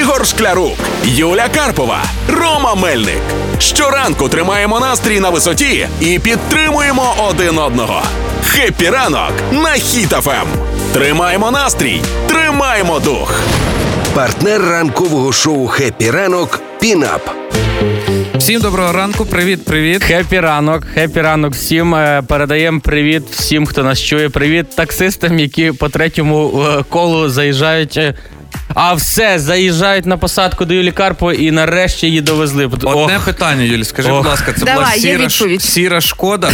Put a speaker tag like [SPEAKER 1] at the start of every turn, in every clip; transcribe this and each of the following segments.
[SPEAKER 1] Ігор Шклярук, Юля Карпова, Рома Мельник. Щоранку тримаємо настрій на висоті і підтримуємо один одного. Хеппі ранок на Хіт-ФМ. Тримаємо настрій, тримаємо дух.
[SPEAKER 2] Партнер ранкового шоу «Хеппі ранок» Пінап.
[SPEAKER 3] Всім доброго ранку, привіт, привіт.
[SPEAKER 4] Хеппі ранок, хеппі ранок всім. Е, Передаємо привіт всім, хто нас чує. Привіт таксистам, які по третьому е, колу заїжджають. е, А все, заїжджають на посадку до Юлі Карпо і нарешті її довезли. От-
[SPEAKER 3] Одне
[SPEAKER 4] Ох,
[SPEAKER 3] питання, Юлі, скажи,
[SPEAKER 4] Ох.
[SPEAKER 3] будь ласка, це була
[SPEAKER 5] Давай, є
[SPEAKER 3] сіра, ш-
[SPEAKER 5] відповідь.
[SPEAKER 3] сіра шкода.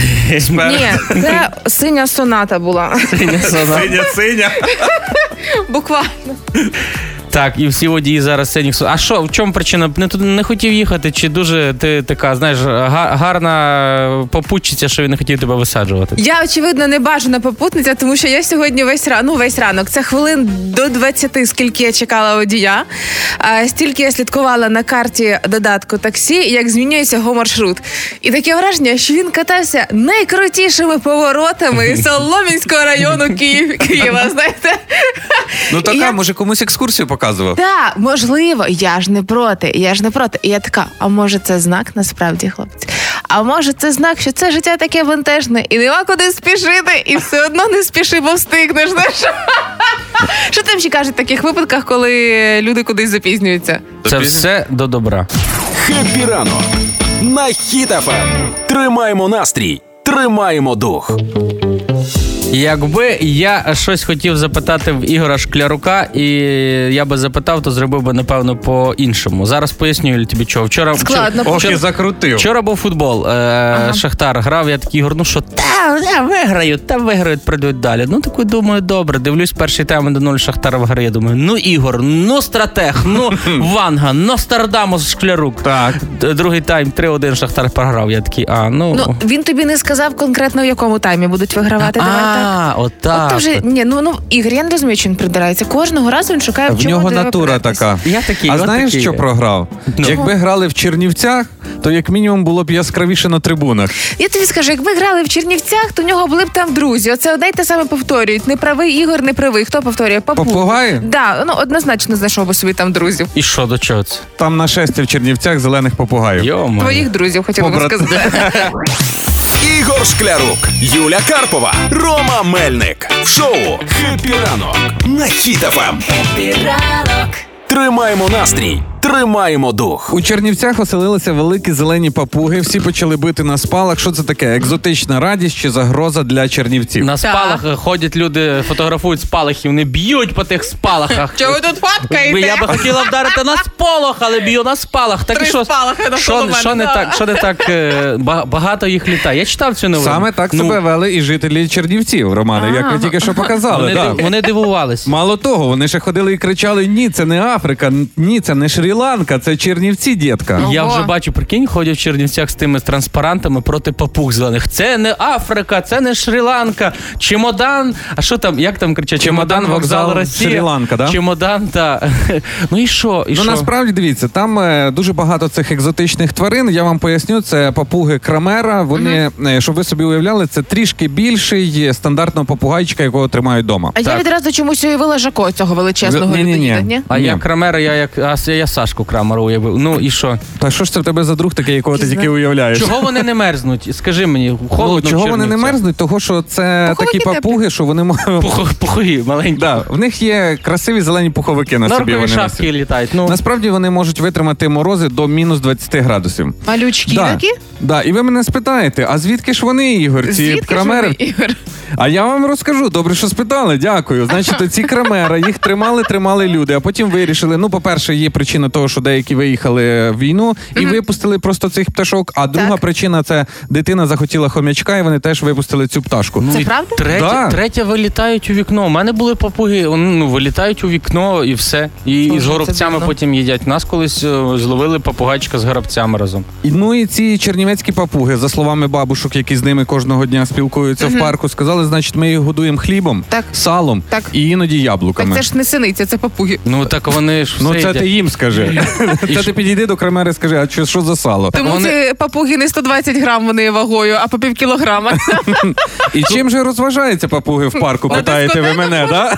[SPEAKER 5] Ні, це синя соната була.
[SPEAKER 4] синя сона.
[SPEAKER 3] Синя, синя.
[SPEAKER 5] Буквально.
[SPEAKER 4] Так, і всі водії зараз синіх сон. А що, в чому причина? Не, туди- не хотів їхати, чи дуже ти така, знаєш, га- гарна е, попутчиця, що він не хотів тебе висаджувати?
[SPEAKER 5] Я очевидно не бажана попутниця, тому що я сьогодні весь ранок, ну, весь ранок. Це хвилин до 20, скільки я чекала водія. А, стільки я слідкувала на карті додатку таксі, як змінюється його маршрут. І таке враження, що він катався найкрутішими поворотами Соломінського району Київ, Києва. Знаєте,
[SPEAKER 3] Ну така,
[SPEAKER 5] Я-
[SPEAKER 3] може, комусь екскурсію показував.
[SPEAKER 5] Так, можливо, я ж не проти, я ж не проти. І я така, а може це знак насправді, хлопці? А може це знак, що це життя таке вантажне, і нема куди спішити, і все одно не спіши, бо встигнеш. Знаєш? Що там ще кажуть в таких випадках, коли люди кудись запізнюються?
[SPEAKER 4] Це все до добра.
[SPEAKER 1] Хеппі ранок на Хіт-ФМ. Тримаємо настрій, тримаємо дух.
[SPEAKER 4] Якби я щось хотів запитати в Ігора Шклярука, і я би запитав, то зробив би напевно по-іншому. Зараз поясню Юль, тобі чого. Вчора
[SPEAKER 5] Складно.
[SPEAKER 4] вчора-
[SPEAKER 3] Ох, і закрутив.
[SPEAKER 4] Вчора був футбол. Е, Шахтар грав. Я такий говорю, ну що та я виграю, та виграють, пройдуть далі. Ну таку думаю, добре. Дивлюсь, перший тайм до 0 Шахтар виграє. Думаю, ну Ігор, ну стратег, ну Ванга, ну Стардамос Шклярук.
[SPEAKER 3] Так.
[SPEAKER 4] Д- Другий тайм 3-1 Шахтар програв. Я такий, а ну.
[SPEAKER 5] Ну він тобі не сказав конкретно, в якому таймі будуть вигравати. Давай так.
[SPEAKER 4] а,
[SPEAKER 5] От
[SPEAKER 4] отак.
[SPEAKER 5] то вже ні, ну ну Ігор, я не розумію, чим придирається. Кожного разу він шукає в
[SPEAKER 3] В
[SPEAKER 5] чому
[SPEAKER 3] нього
[SPEAKER 5] треба
[SPEAKER 3] натура
[SPEAKER 5] придратись.
[SPEAKER 3] така.
[SPEAKER 4] Я такий,
[SPEAKER 3] а
[SPEAKER 4] от
[SPEAKER 3] знаєш,
[SPEAKER 4] такий
[SPEAKER 3] що
[SPEAKER 4] я.
[SPEAKER 3] програв?
[SPEAKER 4] Ну.
[SPEAKER 3] Якби грали в Чернівцях, то як мінімум було б яскравіше на трибунах.
[SPEAKER 5] Я тобі скажу, якби грали в Чернівцях, то в нього були б там друзі. Оце одне й те саме повторюють. Неправий Ігор, неправий. Хто повторює? Папу.
[SPEAKER 3] Попугаї?
[SPEAKER 5] Да, ну однозначно знайшов би собі там друзів.
[SPEAKER 4] І що до чого це?
[SPEAKER 3] Там на шесті в Чернівцях зелених попугаїв.
[SPEAKER 4] Йома.
[SPEAKER 5] Твоїх друзів хотіла би
[SPEAKER 3] Побрат-
[SPEAKER 5] сказати.
[SPEAKER 1] Ігор Шклярук, Юля Карпова, Рома Мельник. В шоу «Хеппі ранок» на Хіт-ФМ. Тримаємо настрій, тримаємо дух.
[SPEAKER 3] У Чернівцях оселилися великі зелені папуги. Всі почали бити на спалах. Що це таке? Екзотична радість чи загроза для чернівців?
[SPEAKER 4] На спалах ходять люди, фотографують спалахи, вони б'ють по тих спалахах.
[SPEAKER 5] Чого ви тут фоткаєте?
[SPEAKER 4] Я би хотіла вдарити на спалах, але б'ю на спалах. Так
[SPEAKER 5] Три
[SPEAKER 4] і що,
[SPEAKER 5] спалахи на
[SPEAKER 4] що,
[SPEAKER 5] коло мене,
[SPEAKER 4] що не
[SPEAKER 5] да.
[SPEAKER 4] так, що не так е, ба- багато їх літає. Я читав цю новину.
[SPEAKER 3] Саме так
[SPEAKER 4] Ну,
[SPEAKER 3] себе вели і жителі Чернівців, Романе, як ви тільки що показали.
[SPEAKER 4] Вони,
[SPEAKER 3] да.
[SPEAKER 4] див- вони дивувались.
[SPEAKER 3] Мало того, вони ще ходили і кричали: ні, це не Африка, ні, це не Шрі-Ланка, це Чернівці, дітка.
[SPEAKER 4] Я
[SPEAKER 5] Ого.
[SPEAKER 4] вже бачу, прикинь, ходять в Чернівцях з тими транспарантами проти папуг зелених. Це не Африка, це не Шрі-Ланка. Чемодан. А що там? Як там кричать?
[SPEAKER 3] Чемодан,
[SPEAKER 4] Чемодан, вокзал
[SPEAKER 3] вокзал,
[SPEAKER 4] Росія.
[SPEAKER 3] Шрі-Ланка, да?
[SPEAKER 4] Чемодан, та. Ну і що? І
[SPEAKER 3] Ну
[SPEAKER 4] що?
[SPEAKER 3] насправді дивіться, там е, дуже багато цих екзотичних тварин. Я вам поясню, це папуги крамера. Вони, е, щоб ви собі уявляли, це трішки більший е, стандартного попугайчика, якого тримають вдома.
[SPEAKER 5] А я відразу чомусь уявила Жако цього величезного
[SPEAKER 3] Ні-ні-ні.
[SPEAKER 5] людина, ні?
[SPEAKER 4] А
[SPEAKER 3] Ні.
[SPEAKER 4] я Крамера, я як а, я, я Сашку Крамеру уявив. Ну і що?
[SPEAKER 3] Та що ж це в тебе за друг такий, якого ти
[SPEAKER 5] Пізна-
[SPEAKER 3] тільки уявляєш?
[SPEAKER 4] Чого вони не мерзнуть? Скажи мені,
[SPEAKER 3] Ну,
[SPEAKER 4] холодно. в
[SPEAKER 3] чого вони не
[SPEAKER 4] Чернівцях?
[SPEAKER 3] мерзнуть? Того, що це
[SPEAKER 5] Пуховики
[SPEAKER 3] такі
[SPEAKER 5] теплі.
[SPEAKER 3] папуги, що вони можуть.
[SPEAKER 4] Пух- Пухові, маленькі.
[SPEAKER 3] Да, в них є красиві зелені пуховики на собі.
[SPEAKER 4] Норкові
[SPEAKER 3] Вони
[SPEAKER 4] шапки
[SPEAKER 3] носять.
[SPEAKER 4] літають. Ну,
[SPEAKER 3] Насправді вони можуть витримати морози до мінус 20 градусів.
[SPEAKER 5] Малючки
[SPEAKER 3] да.
[SPEAKER 5] такі?
[SPEAKER 3] Да. І ви мене спитаєте, а звідки ж вони, Ігор? Ці
[SPEAKER 5] Звідки ж
[SPEAKER 3] крамери?
[SPEAKER 5] вони, Ігор?
[SPEAKER 3] А я вам розкажу. Добре, що спитали. Дякую. Значить, ці крамери їх тримали, тримали люди. А потім вирішили. Ну, по-перше, є причина того, що деякі виїхали в війну і випустили просто цих пташок. А друга
[SPEAKER 5] Так.
[SPEAKER 3] причина це дитина захотіла хомячка, і вони теж випустили цю пташку.
[SPEAKER 5] Це
[SPEAKER 4] і
[SPEAKER 5] правда?
[SPEAKER 4] Третя,
[SPEAKER 3] Да.
[SPEAKER 4] третя вилітають у вікно. У мене були папуги, вони, ну, вилітають у вікно і все. І,
[SPEAKER 5] Боже,
[SPEAKER 4] з
[SPEAKER 5] це
[SPEAKER 4] горобцями
[SPEAKER 5] дивно.
[SPEAKER 4] потім їдять. Нас колись е, зловили папугайчика з горобцями разом.
[SPEAKER 3] І, Ну і ці чернівецькі папуги, за словами бабушок, які з ними кожного дня спілкуються в парку, сказали, значить, ми їх годуємо хлібом,
[SPEAKER 5] Так.
[SPEAKER 3] салом
[SPEAKER 5] Так.
[SPEAKER 3] і іноді яблуками.
[SPEAKER 5] Так це ж не синиця, це папуги.
[SPEAKER 4] Ну так вони ж все
[SPEAKER 3] Ну, це
[SPEAKER 4] їдять.
[SPEAKER 3] ти їм скажи.
[SPEAKER 4] І
[SPEAKER 3] Це
[SPEAKER 4] що?
[SPEAKER 3] ти підійди до крамери, скажи, а що, що за сало?
[SPEAKER 5] Тому
[SPEAKER 4] вони-
[SPEAKER 5] ці папуги не 120 грам вони вагою, а по пів кілограма. Ну,
[SPEAKER 3] І чим же розважаються папуги в парку, питаєте ви мене, да?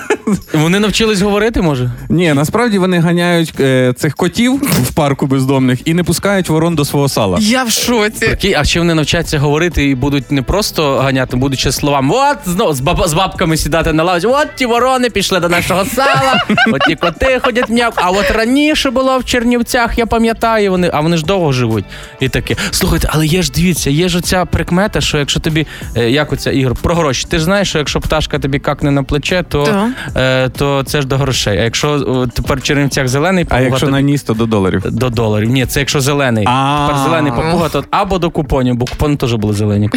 [SPEAKER 4] Вони навчились говорити, може?
[SPEAKER 3] Ні, насправді вони ганяють е, цих котів в парку бездомних і не пускають ворон до свого сала.
[SPEAKER 5] Я в шоці.
[SPEAKER 4] Прикинь, а ще вони навчаться говорити і будуть не просто ганяти, будуть ще словами. От знову з, баб- з бабками сідати на лавці. От ті ворони пішли до нашого села, от ті коти ходять м'як. А от раніше було в Чернівцях, я пам'ятаю, вони, а вони ж довго живуть. І таке. Слухайте, але є ж дивіться, є ж оця прикмета, що якщо тобі, е, як оця ігор, про гроші. Ти ж знаєш, що якщо пташка тобі какне на плече, то,
[SPEAKER 5] Так.
[SPEAKER 4] е, то це ж до грошей. А якщо о, тепер в Чернівцях зелений,
[SPEAKER 3] А
[SPEAKER 4] павуга,
[SPEAKER 3] якщо
[SPEAKER 4] то
[SPEAKER 3] на ніс, то до доларів.
[SPEAKER 4] до доларів. Ні, це якщо зелений.
[SPEAKER 3] А.
[SPEAKER 4] Тепер зелений папуга, то або до купонів, бо купони теж були зелені.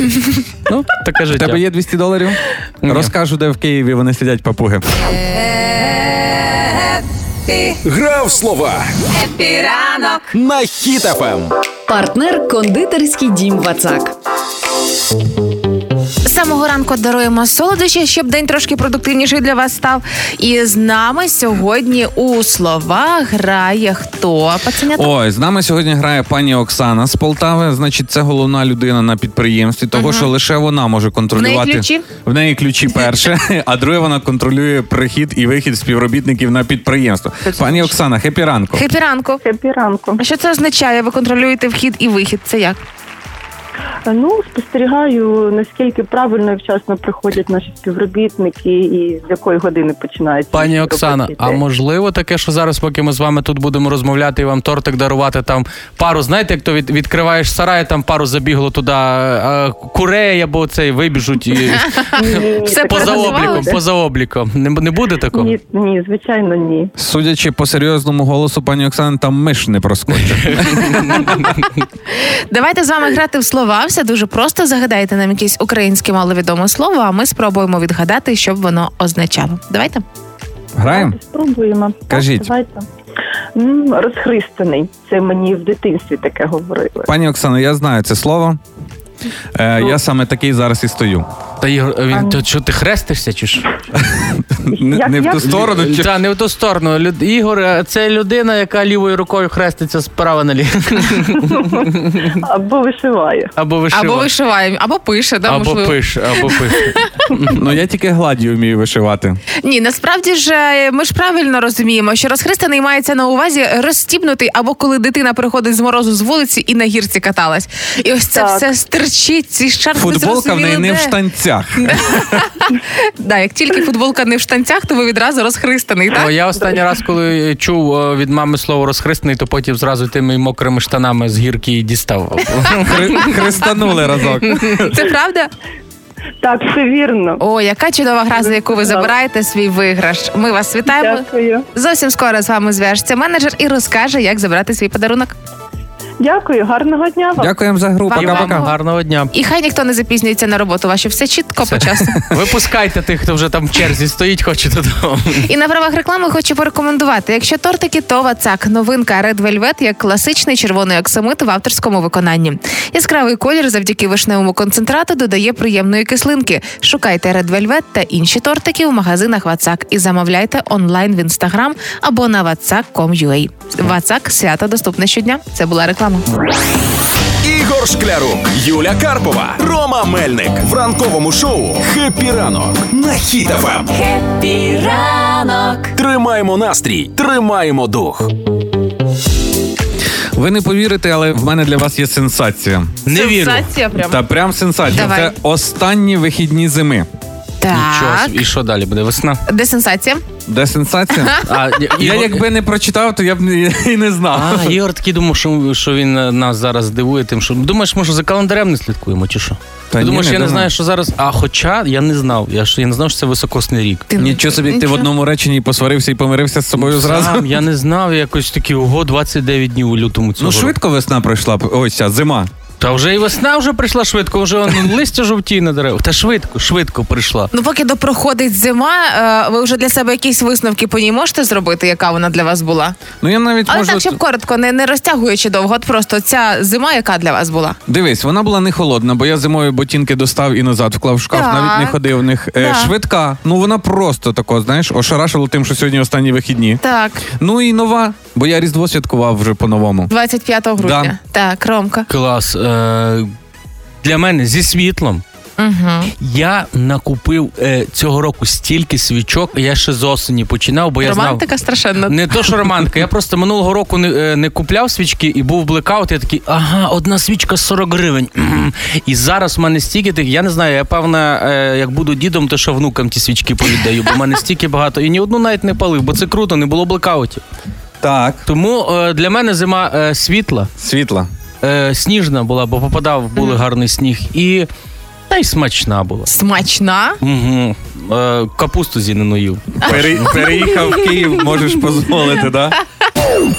[SPEAKER 4] Ну, таке
[SPEAKER 3] У тебе
[SPEAKER 4] життя.
[SPEAKER 3] є 200 доларів? Розкажу, де в Києві вони сидять папуги.
[SPEAKER 1] Грав слова
[SPEAKER 5] Піранок.
[SPEAKER 1] на хітафем.
[SPEAKER 6] Партнер кондитерський дім Вацак.
[SPEAKER 5] З самого ранку даруємо солодощі, щоб день трошки продуктивніший для вас став. І з нами сьогодні у слова грає хто? Пацанята?
[SPEAKER 3] Ой, з нами сьогодні грає пані Оксана з Полтави. Значить, це головна людина на підприємстві, того що лише вона може контролювати
[SPEAKER 5] В неї ключі?
[SPEAKER 3] В неї ключі перше, а друге вона контролює прихід і вихід співробітників на підприємство. Пані Оксана, хепі ранку.
[SPEAKER 5] Хепі ранку.
[SPEAKER 7] Хепі ранку.
[SPEAKER 5] Що це означає? Ви контролюєте вхід і вихід. Це як?
[SPEAKER 7] Ну спостерігаю наскільки правильно і вчасно приходять наші співробітники, і з якої години починається
[SPEAKER 4] Пані Оксана, а можливо таке, що зараз, поки ми з вами тут будемо розмовляти і вам тортик дарувати там пару, знаєте, як то від, відкриваєш сарай, там пару забігло туди е, курей або цей вибіжуть і
[SPEAKER 5] Все
[SPEAKER 4] поза обліком,
[SPEAKER 5] передозувалося?
[SPEAKER 4] поза обліком. Не, не буде такого?
[SPEAKER 7] Ні, ні, звичайно, ні.
[SPEAKER 3] Судячи по серйозному голосу, пані Оксани, там миш не проскочить.
[SPEAKER 5] Давайте з вами грати в слова. Все дуже просто. Загадайте нам якесь українське маловідоме слово, а ми спробуємо відгадати, що б воно означало. Давайте.
[SPEAKER 3] Граємо?
[SPEAKER 7] Давайте Спробуємо.
[SPEAKER 3] Кажіть.
[SPEAKER 7] Так, давайте. М, Розхристаний. Це мені в дитинстві таке говорили.
[SPEAKER 3] Пані Оксана, я знаю це слово. Е,
[SPEAKER 5] Ну.
[SPEAKER 3] я саме такий зараз і стою.
[SPEAKER 4] Та Ігор, він то що ти хрестишся чи що?
[SPEAKER 3] Не, не в ту
[SPEAKER 7] як?
[SPEAKER 3] сторону Ну, чи
[SPEAKER 4] Е, Та не в ту сторону. Люд... Ігор, е, це людина, яка лівою рукою хреститься справа наліво.
[SPEAKER 7] Або вишиває.
[SPEAKER 4] Або вишива.
[SPEAKER 5] Або вишиваємо, або пише, да,
[SPEAKER 4] або
[SPEAKER 5] можливо.
[SPEAKER 4] пиш, або пиш.
[SPEAKER 3] ну я тільки гладію вмію вишивати.
[SPEAKER 5] Ні, насправді ж е, ми ж правильно розуміємо, що розхристаний мається на увазі розстібнутий, або коли дитина приходить з морозу з вулиці і на гірці каталась. І ось це
[SPEAKER 7] Так.
[SPEAKER 5] все стерчить, ці шарфи
[SPEAKER 3] Футболка в неї
[SPEAKER 5] зрозуміли,
[SPEAKER 3] не в
[SPEAKER 5] де.
[SPEAKER 3] штанцях.
[SPEAKER 5] Да, як тільки футболка не в штанцях, то ви відразу розхристаний,
[SPEAKER 4] О,
[SPEAKER 5] так?
[SPEAKER 4] я останній раз, коли чув е, від мами слово розхристаний, то потім зразу тими мокрими штанами з гірки і дістав.
[SPEAKER 3] Хри- Христанули разок.
[SPEAKER 5] Це правда?
[SPEAKER 7] Так, все вірно.
[SPEAKER 5] О, яка чудова гра, за яку ви забираєте свій виграш. Ми вас вітаємо.
[SPEAKER 7] Дякую.
[SPEAKER 5] Зовсім скоро з вами зв'яжеться менеджер і розкаже, як забрати свій подарунок.
[SPEAKER 7] Дякую, гарного дня вам.
[SPEAKER 3] Дякуємо за гру.
[SPEAKER 5] Вам-
[SPEAKER 3] Пока-пока.
[SPEAKER 5] вам.
[SPEAKER 4] Гарного дня.
[SPEAKER 5] І хай ніхто не запізнюється на роботу вашу, все чітко по часу.
[SPEAKER 4] Випускайте тих, хто вже там в черзі стоїть, хоче додому.
[SPEAKER 5] І на правах реклами хочу порекомендувати. Якщо тортики, то вацак. Новинка Red Velvet як класичний червоний оксамит в авторському виконанні. Яскравий колір завдяки вишневому концентрату додає приємної кислинки. Шукайте Red Velvet та інші тортики в магазинах Вацак і замовляйте онлайн в інстаграм або на vatsak.com.ua. Вацак свято доступне щодня. Це була реклама.
[SPEAKER 1] Ігор Шклярук, Юля Карпова, Рома Мельник в ранковому шоу «Хеппі ранок» на хітафем. Тримаємо настрій, тримаємо дух.
[SPEAKER 3] Ви не повірите, але в мене для вас є сенсація.
[SPEAKER 4] Не вірю.
[SPEAKER 5] прям.
[SPEAKER 3] Та прям сенсація.
[SPEAKER 5] Давай.
[SPEAKER 3] Це останні вихідні зими.
[SPEAKER 4] Нічого.
[SPEAKER 5] Так.
[SPEAKER 4] собі. І що далі буде? Весна?
[SPEAKER 5] Де сенсація?
[SPEAKER 3] Де сенсація?
[SPEAKER 4] А, я,
[SPEAKER 3] Я якби не прочитав, то я б не- і не знав.
[SPEAKER 4] А, Ігор такий думав, що, що він е, нас зараз здивує тим, що думаєш, може за календарем не слідкуємо, чи що?
[SPEAKER 3] Та
[SPEAKER 4] Ти
[SPEAKER 3] ні,
[SPEAKER 4] думаєш,
[SPEAKER 3] не
[SPEAKER 4] я не
[SPEAKER 3] думаю.
[SPEAKER 4] знаю, що зараз. А хоча я не знав. Я ж я не знав, що це високосний рік.
[SPEAKER 5] Ти-
[SPEAKER 3] Нічого собі, ти в одному реченні посварився і помирився з собою зразу.
[SPEAKER 4] Сам я не знав, я якось такий ого, 29 днів у лютому цього.
[SPEAKER 3] Ну
[SPEAKER 4] року.
[SPEAKER 3] швидко весна пройшла. б. Ось ця зима.
[SPEAKER 4] Та вже і весна вже прийшла швидко, вже он, листя жовтіє на деревах. Та швидко, швидко прийшла.
[SPEAKER 5] Ну, поки допроходить зима, е, ви вже для себе якісь висновки по ній можете зробити, яка вона для вас була?
[SPEAKER 3] Ну я навіть
[SPEAKER 5] Але
[SPEAKER 3] можу.
[SPEAKER 5] так, щоб коротко, не, не розтягуючи довго, от просто ця зима, яка для вас була.
[SPEAKER 3] Дивись, вона була не холодна, бо я зимою ботинки достав і назад вклав в шкаф,
[SPEAKER 5] Так.
[SPEAKER 3] навіть не ходив в них. Е,
[SPEAKER 5] Да.
[SPEAKER 3] Швидка. Ну вона просто тако, знаєш, ошарашила тим, що сьогодні останні вихідні.
[SPEAKER 5] Так,
[SPEAKER 3] Ну і нова, бо я Різдво святкував вже по-новому.
[SPEAKER 5] 25 грудня. Так, Ромка.
[SPEAKER 4] Клас. Е- для мене зі світлом. Я накупив е, цього року стільки свічок, я ще з осені починав, бо я знав.
[SPEAKER 5] Романтика страшенна.
[SPEAKER 4] Не то, що романтика. Я просто минулого року не, е, не купляв свічки і був блекаут. Я такий, ага, одна свічка 40 гривень. М. І зараз в мене стільки тих. Я не знаю, я певна, е, як буду дідом, то ще внукам ті свічки повіддаю, бо в мене стільки багато. І ні одну навіть не палив, бо це круто, не було блекаутів.
[SPEAKER 3] Так,
[SPEAKER 4] Тому е, для мене зима е, світла,
[SPEAKER 3] світла.
[SPEAKER 4] е, сніжна була, бо попадав, були гарний сніг, і та й смачна була.
[SPEAKER 5] Смачна.
[SPEAKER 4] Угу. Е, капусту зінену їв.
[SPEAKER 3] Пере- переїхав в Київ, можеш дозволити, да?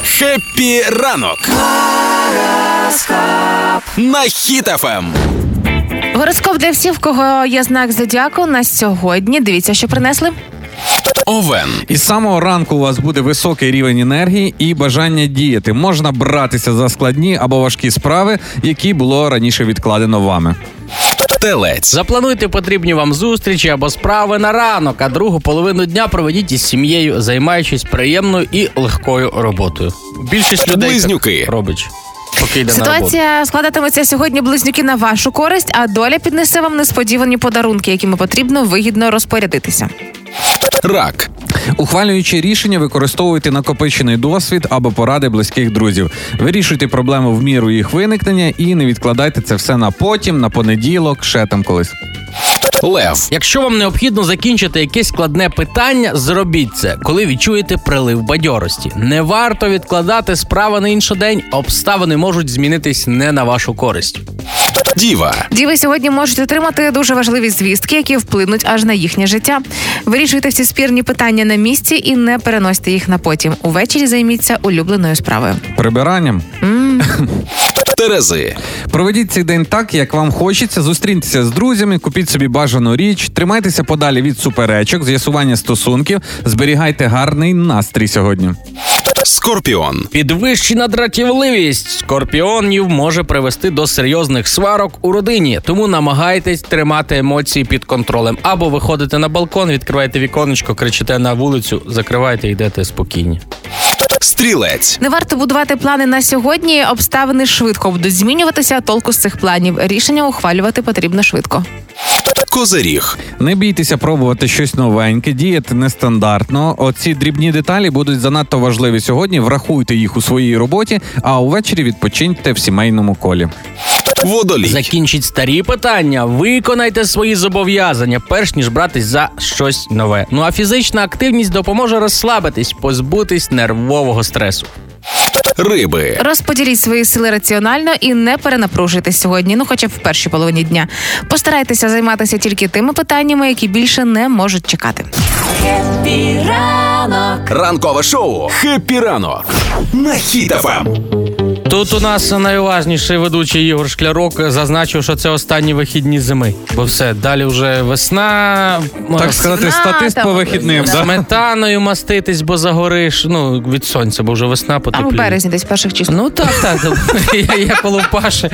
[SPEAKER 1] Хеппі ранок. На Ем. хітафем.
[SPEAKER 5] Гороскоп для всіх, в кого є знак зодіаку на сьогодні. Дивіться, що принесли.
[SPEAKER 1] Овен.
[SPEAKER 3] І з самого ранку у вас буде високий рівень енергії і бажання діяти. Можна братися за складні або важкі справи, які було раніше відкладено вами.
[SPEAKER 1] Телець.
[SPEAKER 4] Заплануйте потрібні вам зустрічі або справи на ранок, а другу половину дня проведіть із сім'єю, займаючись приємною і легкою роботою. Більшість людей так
[SPEAKER 1] Близнюки.
[SPEAKER 4] робить. Поки йде на
[SPEAKER 5] Ситуація складатиметься сьогодні близнюки на вашу користь, а доля піднесе вам несподівані подарунки, якими потрібно вигідно розпорядитися.
[SPEAKER 1] Рак.
[SPEAKER 3] Ухвалюючи рішення, використовуйте накопичений досвід або поради близьких друзів. Вирішуйте проблеми в міру їх виникнення і не відкладайте це все на потім, на понеділок, ще там колись.
[SPEAKER 1] Лев.
[SPEAKER 4] Якщо вам необхідно закінчити якесь складне питання, зробіть це, коли відчуєте прилив бадьорості. Не варто відкладати справи на інший день. Обставини можуть змінитись не на вашу користь.
[SPEAKER 1] Діва.
[SPEAKER 5] Діви сьогодні можуть отримати дуже важливі звістки, які вплинуть аж на їхнє життя. Вирішуйте всі спірні питання на місці і не переносьте їх на потім. Увечері займіться улюбленою справою.
[SPEAKER 3] Прибиранням
[SPEAKER 1] Терези.
[SPEAKER 3] проведіть цей день так, як вам хочеться. Зустріньтеся з друзями, купіть собі бажану річ, тримайтеся подалі від суперечок, з'ясування стосунків, зберігайте гарний настрій сьогодні.
[SPEAKER 1] Скорпіон.
[SPEAKER 4] Підвищена дратівливість скорпіонів може привести до серйозних сварок у родині, тому намагайтесь тримати емоції під контролем. Або виходите на балкон, відкриваєте віконечко, кричите на вулицю, закриваєте і йдете спокійні.
[SPEAKER 1] Стрілець.
[SPEAKER 5] Не варто будувати плани на сьогодні. Обставини швидко будуть змінюватися. а Толку з цих планів рішення ухвалювати потрібно швидко.
[SPEAKER 1] Козиріг.
[SPEAKER 3] Не бійтеся пробувати щось новеньке, діяти нестандартно. Оці дрібні деталі будуть занадто важливі сьогодні. Врахуйте їх у своїй роботі, а увечері відпочиньте в сімейному колі.
[SPEAKER 1] Водолій.
[SPEAKER 4] Закінчіть старі питання, виконайте свої зобов'язання, перш ніж братись за щось нове. Ну а фізична активність допоможе розслабитись, позбутись нервового стресу.
[SPEAKER 1] Риби.
[SPEAKER 5] Розподіліть свої сили раціонально і не перенапружуйтесь сьогодні. Ну, хоча б в першій половині дня. Постарайтеся займатися тільки тими питаннями, які більше не можуть чекати.
[SPEAKER 1] Ранкове шоу. Хеппі ранок. На хітафем.
[SPEAKER 4] Тут у нас найуважніший ведучий Ігор Шклярок зазначив, що це останні вихідні зими. Бо все, далі вже весна.
[SPEAKER 3] Так
[SPEAKER 4] Е,
[SPEAKER 3] сказати,
[SPEAKER 5] на,
[SPEAKER 3] статист
[SPEAKER 5] там,
[SPEAKER 3] по вихідним.
[SPEAKER 5] да.
[SPEAKER 3] да?
[SPEAKER 4] Сметаною маститись, бо загориш. Ну, від сонця, бо вже весна
[SPEAKER 5] Там у
[SPEAKER 4] потепліє.
[SPEAKER 5] березні, десь перших числа.
[SPEAKER 4] Ну так, так. я, я коло Паші.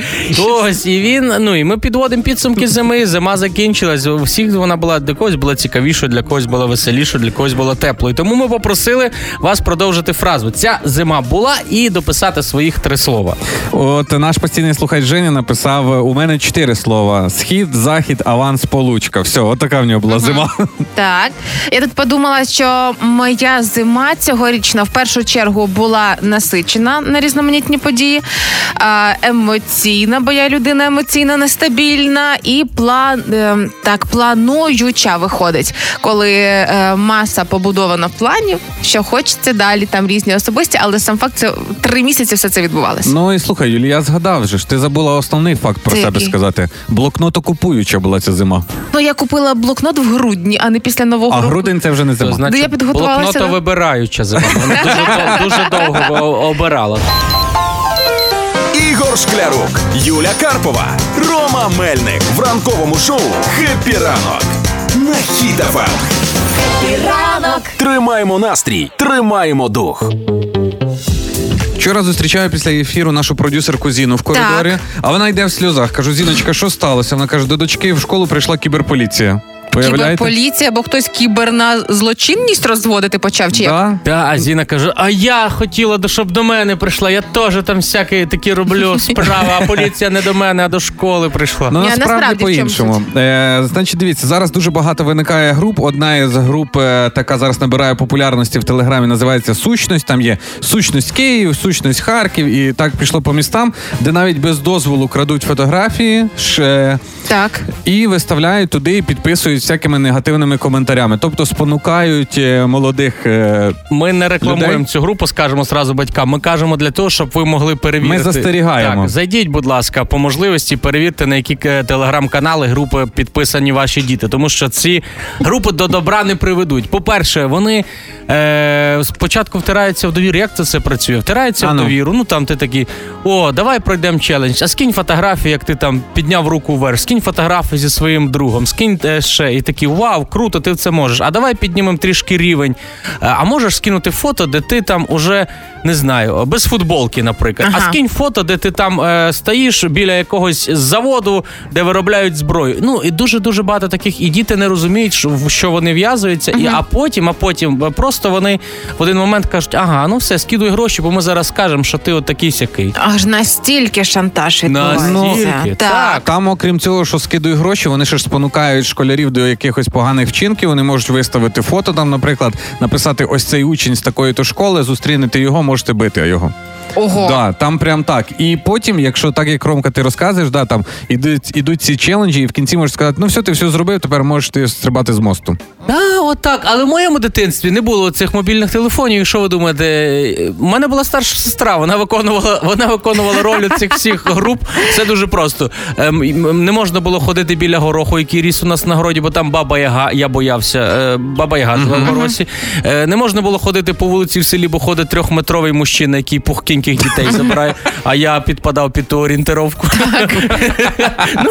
[SPEAKER 4] Ось і він. Ну і ми підводимо підсумки зими. Зима закінчилась. У всіх вона була для когось була цікавішою, для когось була веселішою, для когось була теплою. Тому ми попросили вас продовжити фразу. Ця зима була і дописати своїх три слова.
[SPEAKER 3] От наш постійний слухач Женя написав: у мене чотири слова: схід, захід, аванс, получка. Все, от така в нього була зима.
[SPEAKER 5] Так, я тут подумала, що моя зима цьогорічна в першу чергу була насичена на різноманітні події, а, емоційна, бо я людина емоційна, нестабільна і план ем, так плануюча виходить, коли е, маса побудована планів, що хочеться далі, там різні особисті, але сам факт це три місяці все це відбувалося.
[SPEAKER 3] Ну і слухай, Юлі, я згадав же ж. Ти забула основний факт про
[SPEAKER 5] Це
[SPEAKER 3] себе
[SPEAKER 5] який?
[SPEAKER 3] сказати. Блокнота купуюча була ця зима.
[SPEAKER 5] Ну я купила блокнот в грудні, а не після нового
[SPEAKER 3] А
[SPEAKER 5] року.
[SPEAKER 3] грудень це вже не
[SPEAKER 4] То,
[SPEAKER 3] зима.
[SPEAKER 4] значить,
[SPEAKER 5] Да я підготувалася,
[SPEAKER 4] блокнота
[SPEAKER 5] да.
[SPEAKER 4] вибираюча зима. Вона дуже, дов- дуже довго о- обирала.
[SPEAKER 1] Ігор Шклярук, Юля Карпова, Рома Мельник в ранковому шоу Хеппі ранок на хітафем. Хеппі ранок. Тримаємо настрій, тримаємо дух.
[SPEAKER 3] Вчора зустрічаю після ефіру нашу продюсерку Зіну в коридорі, а вона йде в сльозах. Кажу, Зіночка, що сталося? Вона каже, до дочки в школу прийшла кіберполіція. Уявляєте?
[SPEAKER 5] кіберполіція, бо хтось кіберна злочинність розводити почав. Чи як?
[SPEAKER 3] Да?
[SPEAKER 4] Та, а Зіна каже: а я хотіла, до- щоб до мене прийшла. Я теж там всякі такі роблю справи, а поліція не до мене, а до школи прийшла.
[SPEAKER 3] Ну,
[SPEAKER 5] Ні, а
[SPEAKER 3] насправді,
[SPEAKER 5] насправді в чому
[SPEAKER 3] по-іншому. Е, значить, дивіться, зараз дуже багато виникає груп. Одна із груп, е, така зараз набирає популярності в Телеграмі, називається Сущність. Там є сущність Київ, сущність Харків, і так пішло по містам, де навіть без дозволу крадуть фотографії. е, Ще
[SPEAKER 5] Так.
[SPEAKER 3] і виставляють туди і підписують всякими негативними коментарями. Тобто спонукають е, молодих. е,
[SPEAKER 4] Ми не рекламуємо
[SPEAKER 3] Людей?
[SPEAKER 4] цю групу, скажемо зразу батькам. Ми кажемо для того, щоб ви могли перевірити.
[SPEAKER 3] Ми застерігаємо.
[SPEAKER 4] Так, зайдіть, будь ласка, по можливості перевірте, на які е, телеграм-канали групи підписані ваші діти, тому що ці групи до добра не приведуть. По-перше, вони е, спочатку втираються в довіру. Як це все працює? Втираються в
[SPEAKER 3] Ану.
[SPEAKER 4] довіру. Ну там ти такий, о, давай пройдемо челендж. А скинь фотографію, як ти там підняв руку вверх, скинь фотографію зі своїм другом, скинь е, ще і такі, вау, круто, ти це можеш. А давай піднімемо трішки рівень. Е, А можеш скинути фото, де ти там уже не знаю, без футболки, наприклад.
[SPEAKER 5] Ага.
[SPEAKER 4] А скинь фото, де ти там е, стоїш біля якогось заводу, де виробляють зброю. Ну і дуже дуже багато таких, і діти не розуміють, що, в що вони в'язуються. І а потім, а потім е, просто вони в один момент кажуть: ага, ну все, скидуй гроші, бо ми зараз скажемо, що ти от такий сякий.
[SPEAKER 5] Аж настільки шантаж відбувається.
[SPEAKER 4] Настільки,
[SPEAKER 5] так.
[SPEAKER 3] Там, окрім цього, що скидують гроші, вони ще ж спонукають школярів до якихось поганих вчинків. Вони можуть виставити фото там, наприклад, написати ось цей учень з такої-то школи, зустрінете його, можете бити його.
[SPEAKER 5] Ого.
[SPEAKER 3] Да, там прям так. І потім, якщо так як Ромка ти розказуєш, да, там ідуть, ідуть ці челенджі, і в кінці можеш сказати, ну все, ти все зробив, тепер можеш ти стрибати з мосту.
[SPEAKER 4] А, отак. Але в моєму дитинстві не було цих мобільних телефонів. І що ви думаєте? У мене була старша сестра, вона виконувала, вона виконувала роль цих всіх груп. Все дуже просто. Ем, і м- не можна було ходити біля гороху, який ріс у нас на городі, бо там баба Яга, я боявся. Е, баба Яга жила в горосі. Е, не можна було ходити по вулиці в селі, бо ходить трьохметровий мужчина, який пухкіньких дітей забирає, а я підпадав під ту орієнтировку. ну,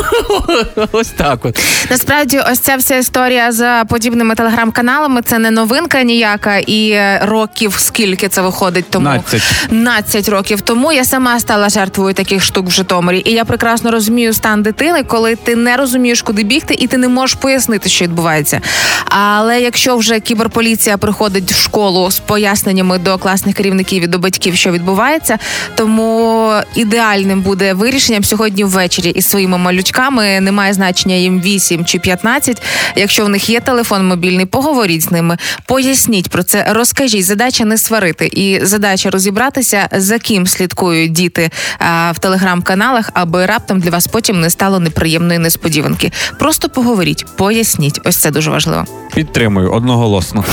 [SPEAKER 4] ось так от.
[SPEAKER 5] Насправді, ось ця вся історія з подібними телеграм-каналами це не новинка ніяка, і е, років скільки це виходить тому.
[SPEAKER 3] 15.
[SPEAKER 5] 15 років тому я сама стала жертвою таких штук в Житомирі, і я прекрасно розумію стан дитини, коли ти не розумієш, куди бігти, і ти не можеш пояснити, що відбувається. Але якщо вже кіберполіція приходить в школу з поясненнями до класних керівників і до батьків, що відбувається, тому ідеальним буде вирішенням сьогодні ввечері із своїми малючками. Немає значення їм 8 чи 15. Якщо в них є телефон мобільний, поговоріть з ними, поясніть про це, розкажіть. Задача не сварити, і задача розібратися, за ким слідкують діти а, в телеграм-каналах, аби раптом для вас потім не стало неприємної несподіванки. Просто поговоріть, поясніть. Ось це дуже важливо.
[SPEAKER 3] Підтримую одноголосно.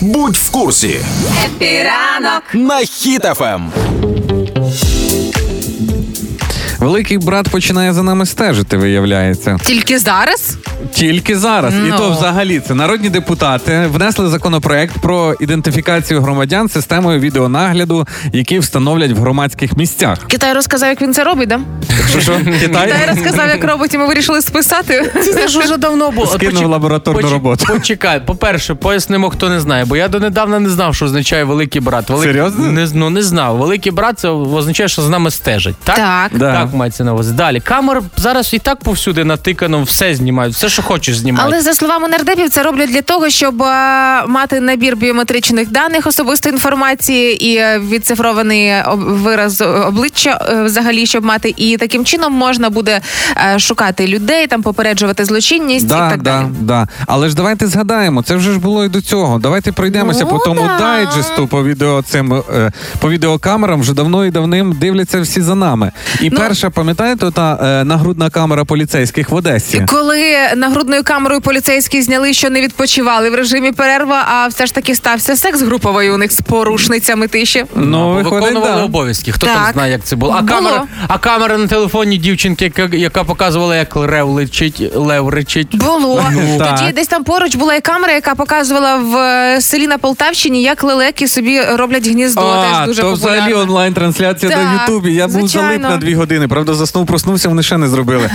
[SPEAKER 1] Будь в курсі. Ем. Епіранок на Хіт ФМ.
[SPEAKER 3] Великий брат починає за нами стежити, виявляється.
[SPEAKER 5] Тільки зараз
[SPEAKER 3] Тільки зараз.
[SPEAKER 5] Ну.
[SPEAKER 3] І то взагалі це народні депутати внесли законопроект про ідентифікацію громадян системою відеонагляду, які встановлять в громадських місцях.
[SPEAKER 5] Китай розказав, як він це робить. Да?
[SPEAKER 3] Що що
[SPEAKER 5] Китай
[SPEAKER 3] Китай
[SPEAKER 5] розказав, як робить, і ми вирішили списати.
[SPEAKER 4] Це ж уже давно було.
[SPEAKER 3] скинув лабораторну роботу.
[SPEAKER 4] Почекай, по-перше, пояснимо, хто не знає, бо я донедавна не знав, що означає великий брат. Велик-
[SPEAKER 3] Серйозно?
[SPEAKER 4] Не, ну, не знав. Великий брат це означає, що з нами стежить. Так?
[SPEAKER 5] Так.
[SPEAKER 3] Да.
[SPEAKER 4] Так мається на увазі. Далі. Камер зараз і так повсюди натикано, все знімають, все, що хочеш, знімають.
[SPEAKER 5] Але за словами нардепів, це роблять для того, щоб е, мати набір біометричних даних особистої інформації і е, відцифрований об- вираз е, обличчя е, взагалі, щоб мати. І таким чином можна буде е, шукати людей, там попереджувати злочинність і
[SPEAKER 3] Да,
[SPEAKER 5] так
[SPEAKER 3] да,
[SPEAKER 5] далі.
[SPEAKER 3] да. Але ж давайте згадаємо, це вже ж було і до цього. Давайте пройдемося
[SPEAKER 5] Ну,
[SPEAKER 3] по тому
[SPEAKER 5] да.
[SPEAKER 3] дайджесту по відео цим е, по відеокамерам. Вже давно і давним дивляться всі за нами. І
[SPEAKER 5] Ну.
[SPEAKER 3] перша, пам'ятаєте, та е, нагрудна камера поліцейських в Одесі.
[SPEAKER 5] Коли нагрудною камерою поліцейські зняли, що не відпочивали в режимі перерва, а все ж таки стався секс груповий у них з порушницями тиші.
[SPEAKER 3] Ну, виходить,
[SPEAKER 4] виконували
[SPEAKER 3] да.
[SPEAKER 4] обов'язки. Хто
[SPEAKER 5] Так.
[SPEAKER 4] там знає, як це було? А
[SPEAKER 5] Було.
[SPEAKER 4] камера, а камера на телефоні дівчинки, яка, яка показувала, як лев лечить, лев речить.
[SPEAKER 5] Було
[SPEAKER 3] Ну,
[SPEAKER 5] тоді
[SPEAKER 3] так.
[SPEAKER 5] десь там поруч була і камера, яка показувала в е, селі на Полтавщині, як лелеки собі роблять гніздо.
[SPEAKER 3] А,
[SPEAKER 5] теж дуже
[SPEAKER 3] то
[SPEAKER 5] популярно.
[SPEAKER 3] взагалі онлайн трансляція
[SPEAKER 5] Так,
[SPEAKER 3] на Ютубі. Я був
[SPEAKER 5] звичайно.
[SPEAKER 3] залип на дві години, Правда, заснув, проснувся, вони ще не зробили.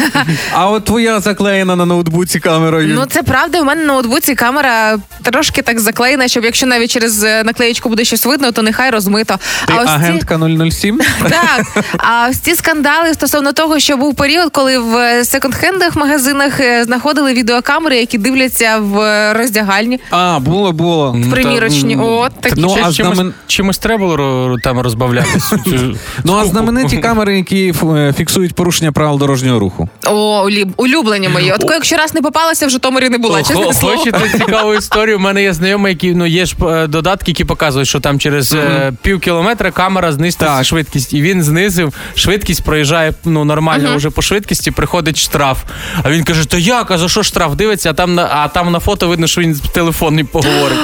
[SPEAKER 3] А от твоя заклеєна на ноутбуці камерою.
[SPEAKER 5] Ну це правда. У мене на ноутбуці камера трошки так заклеєна, щоб якщо навіть через е, наклеєчку буде щось видно, то нехай розмито.
[SPEAKER 3] Ти
[SPEAKER 5] ці-
[SPEAKER 3] агентка 007?
[SPEAKER 5] Так, а ось ці скандали стосовно того, що був період, коли в е, секонд-хендах магазинах е, знаходили відеокамери, які дивляться в е, роздягальні.
[SPEAKER 3] А, було, було.
[SPEAKER 5] Примірочні, от такі.
[SPEAKER 3] Ну,
[SPEAKER 4] Ще
[SPEAKER 3] а
[SPEAKER 4] з чимось,
[SPEAKER 3] знамен-
[SPEAKER 4] чимось треба було ро- там розбавляти цю- цю
[SPEAKER 3] Ну а
[SPEAKER 4] штуку?
[SPEAKER 3] знамениті камери, які ф- е, фіксують порушення правил дорожнього руху.
[SPEAKER 5] О, улі- улюблені мої. От якщо раз не попалася, в Житомирі не була.
[SPEAKER 4] О,
[SPEAKER 5] Чесне
[SPEAKER 4] хо-
[SPEAKER 5] слово.
[SPEAKER 4] Хочете цікаву історію? У мене є знайомий, який ну є ж е, додатки, які показують, що там через е, пів кілометра камера знизить
[SPEAKER 3] Так.
[SPEAKER 4] швидкість, і він знизив швидкість, проїжджає ну нормально вже по швидкості, приходить штраф. А він каже: Та як? А за що штраф? Дивиться, а там на а там на фото видно, що він з телефоном поговорить.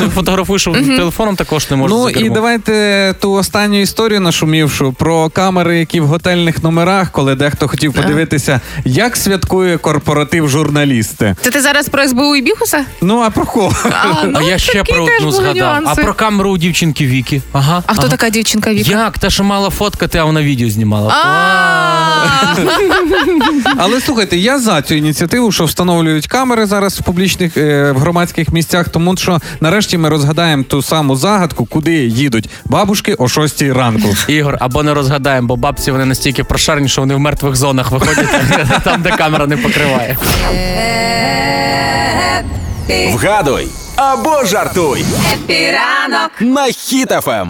[SPEAKER 4] Ну фотографуєш телефоном, також не можна.
[SPEAKER 3] Ну
[SPEAKER 4] за кермом.
[SPEAKER 3] і давайте ту останню історію нашумівшу про камери, які в готельних номерах, коли дехто хотів
[SPEAKER 5] Е.
[SPEAKER 3] подивитися, як святкує корпоратив журналісти.
[SPEAKER 5] Це ти зараз про СБУ і Бігуса?
[SPEAKER 3] Ну а про кого?
[SPEAKER 5] А, ну,
[SPEAKER 4] А я ще
[SPEAKER 5] такі
[SPEAKER 4] про
[SPEAKER 5] теж
[SPEAKER 4] одну
[SPEAKER 5] були
[SPEAKER 4] згадав. А
[SPEAKER 5] нюанси.
[SPEAKER 4] про камеру у дівчинки Віки. Ага.
[SPEAKER 5] А хто
[SPEAKER 4] ага.
[SPEAKER 5] така дівчинка Віка?
[SPEAKER 4] Як? Та, що мала фоткати, а вона відео знімала.
[SPEAKER 5] А,
[SPEAKER 3] Але слухайте, я за цю ініціативу, що встановлюють камери зараз в публічних е, в громадських місцях, тому що нарешті ми розгадаємо ту саму загадку, куди їдуть бабушки о 6 ранку.
[SPEAKER 4] Ігор, або не розгадаємо, бо бабці вони настільки прошарені, що вони в мертвих зонах виходять там, де камера не покриває.
[SPEAKER 1] Вгадуй або жартуй. Ем. На Хіт ФМ.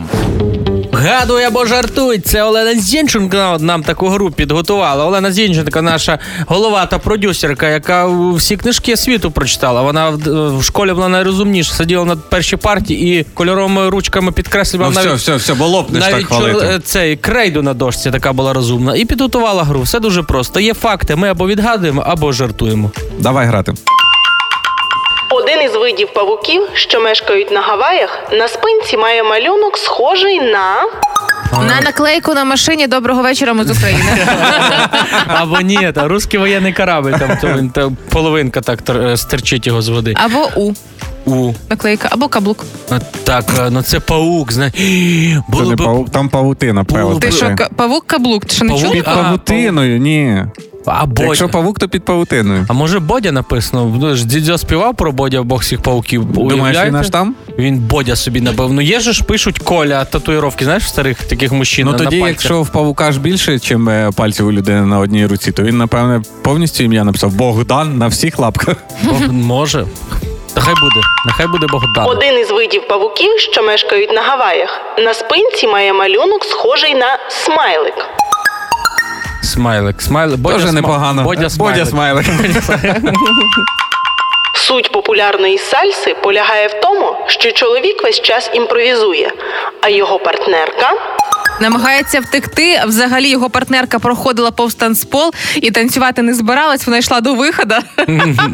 [SPEAKER 4] Гадуй або жартуй, це Олена Зінченко от нам таку гру підготувала. Олена Зінченко, наша голова та продюсерка, яка всі книжки світу прочитала. Вона в, в школі була найрозумніша, сиділа на першій партії і кольоровими ручками підкреслювала
[SPEAKER 3] Ну все, все, все, бо лопнеш так
[SPEAKER 4] навіть чор- е,
[SPEAKER 3] хвалити.
[SPEAKER 4] цей крейду на дошці така була розумна. І підготувала гру. Все дуже просто. Є факти. Ми або відгадуємо, або жартуємо.
[SPEAKER 3] Давай грати.
[SPEAKER 8] Один із видів павуків, що мешкають на Гаваях, на спинці має малюнок, схожий на
[SPEAKER 5] на наклейку на машині Доброго вечора ми з України.
[SPEAKER 4] Або ні, та русський воєнний корабль. Там то він та половинка так тр- е, стирчить його з води.
[SPEAKER 5] Або У
[SPEAKER 4] У
[SPEAKER 5] наклейка, або каблук.
[SPEAKER 4] А, так, е, ну це паук, знаєш.
[SPEAKER 3] Це
[SPEAKER 4] Було
[SPEAKER 3] не
[SPEAKER 4] б
[SPEAKER 3] павук, там павутина, певно.
[SPEAKER 5] Ти що, ка- павук каблук? Ти що не
[SPEAKER 4] Павук?
[SPEAKER 5] чув?
[SPEAKER 3] Під
[SPEAKER 4] А,
[SPEAKER 3] павутиною, ні.
[SPEAKER 4] А
[SPEAKER 3] Якщо
[SPEAKER 4] Бодя.
[SPEAKER 3] павук, то під павутиною.
[SPEAKER 4] А може Бодя написано? Ну, ж Дідзьо співав про Бодя бог всіх пауків.
[SPEAKER 3] Думаєш,
[SPEAKER 4] Уявляєте?
[SPEAKER 3] він аж там?
[SPEAKER 4] Він Бодя собі набив. Ну є же ж пишуть коля татуїровки, знаєш, в старих таких мужчин.
[SPEAKER 3] Ну
[SPEAKER 4] на-
[SPEAKER 3] тоді,
[SPEAKER 4] на пальцях.
[SPEAKER 3] якщо в павука ж більше, ніж пальців у людини на одній руці, то він, напевне, повністю ім'я написав Богдан на всіх лапках.
[SPEAKER 4] Бог- може. Та хай буде. Нехай буде Богдан.
[SPEAKER 8] один із видів павуків, що мешкають на Гаваях. На спинці має малюнок, схожий на смайлик.
[SPEAKER 4] Смайлик. Смайлик. Бодя
[SPEAKER 3] Дуже
[SPEAKER 4] сма-
[SPEAKER 3] непогано.
[SPEAKER 4] Бодя смайлик.
[SPEAKER 3] смайлик.
[SPEAKER 8] Суть популярної сальси полягає в тому, що чоловік весь час імпровізує, а його партнерка
[SPEAKER 5] намагається втекти. Взагалі його партнерка проходила повз танцпол і танцювати не збиралась. Вона йшла до виходу.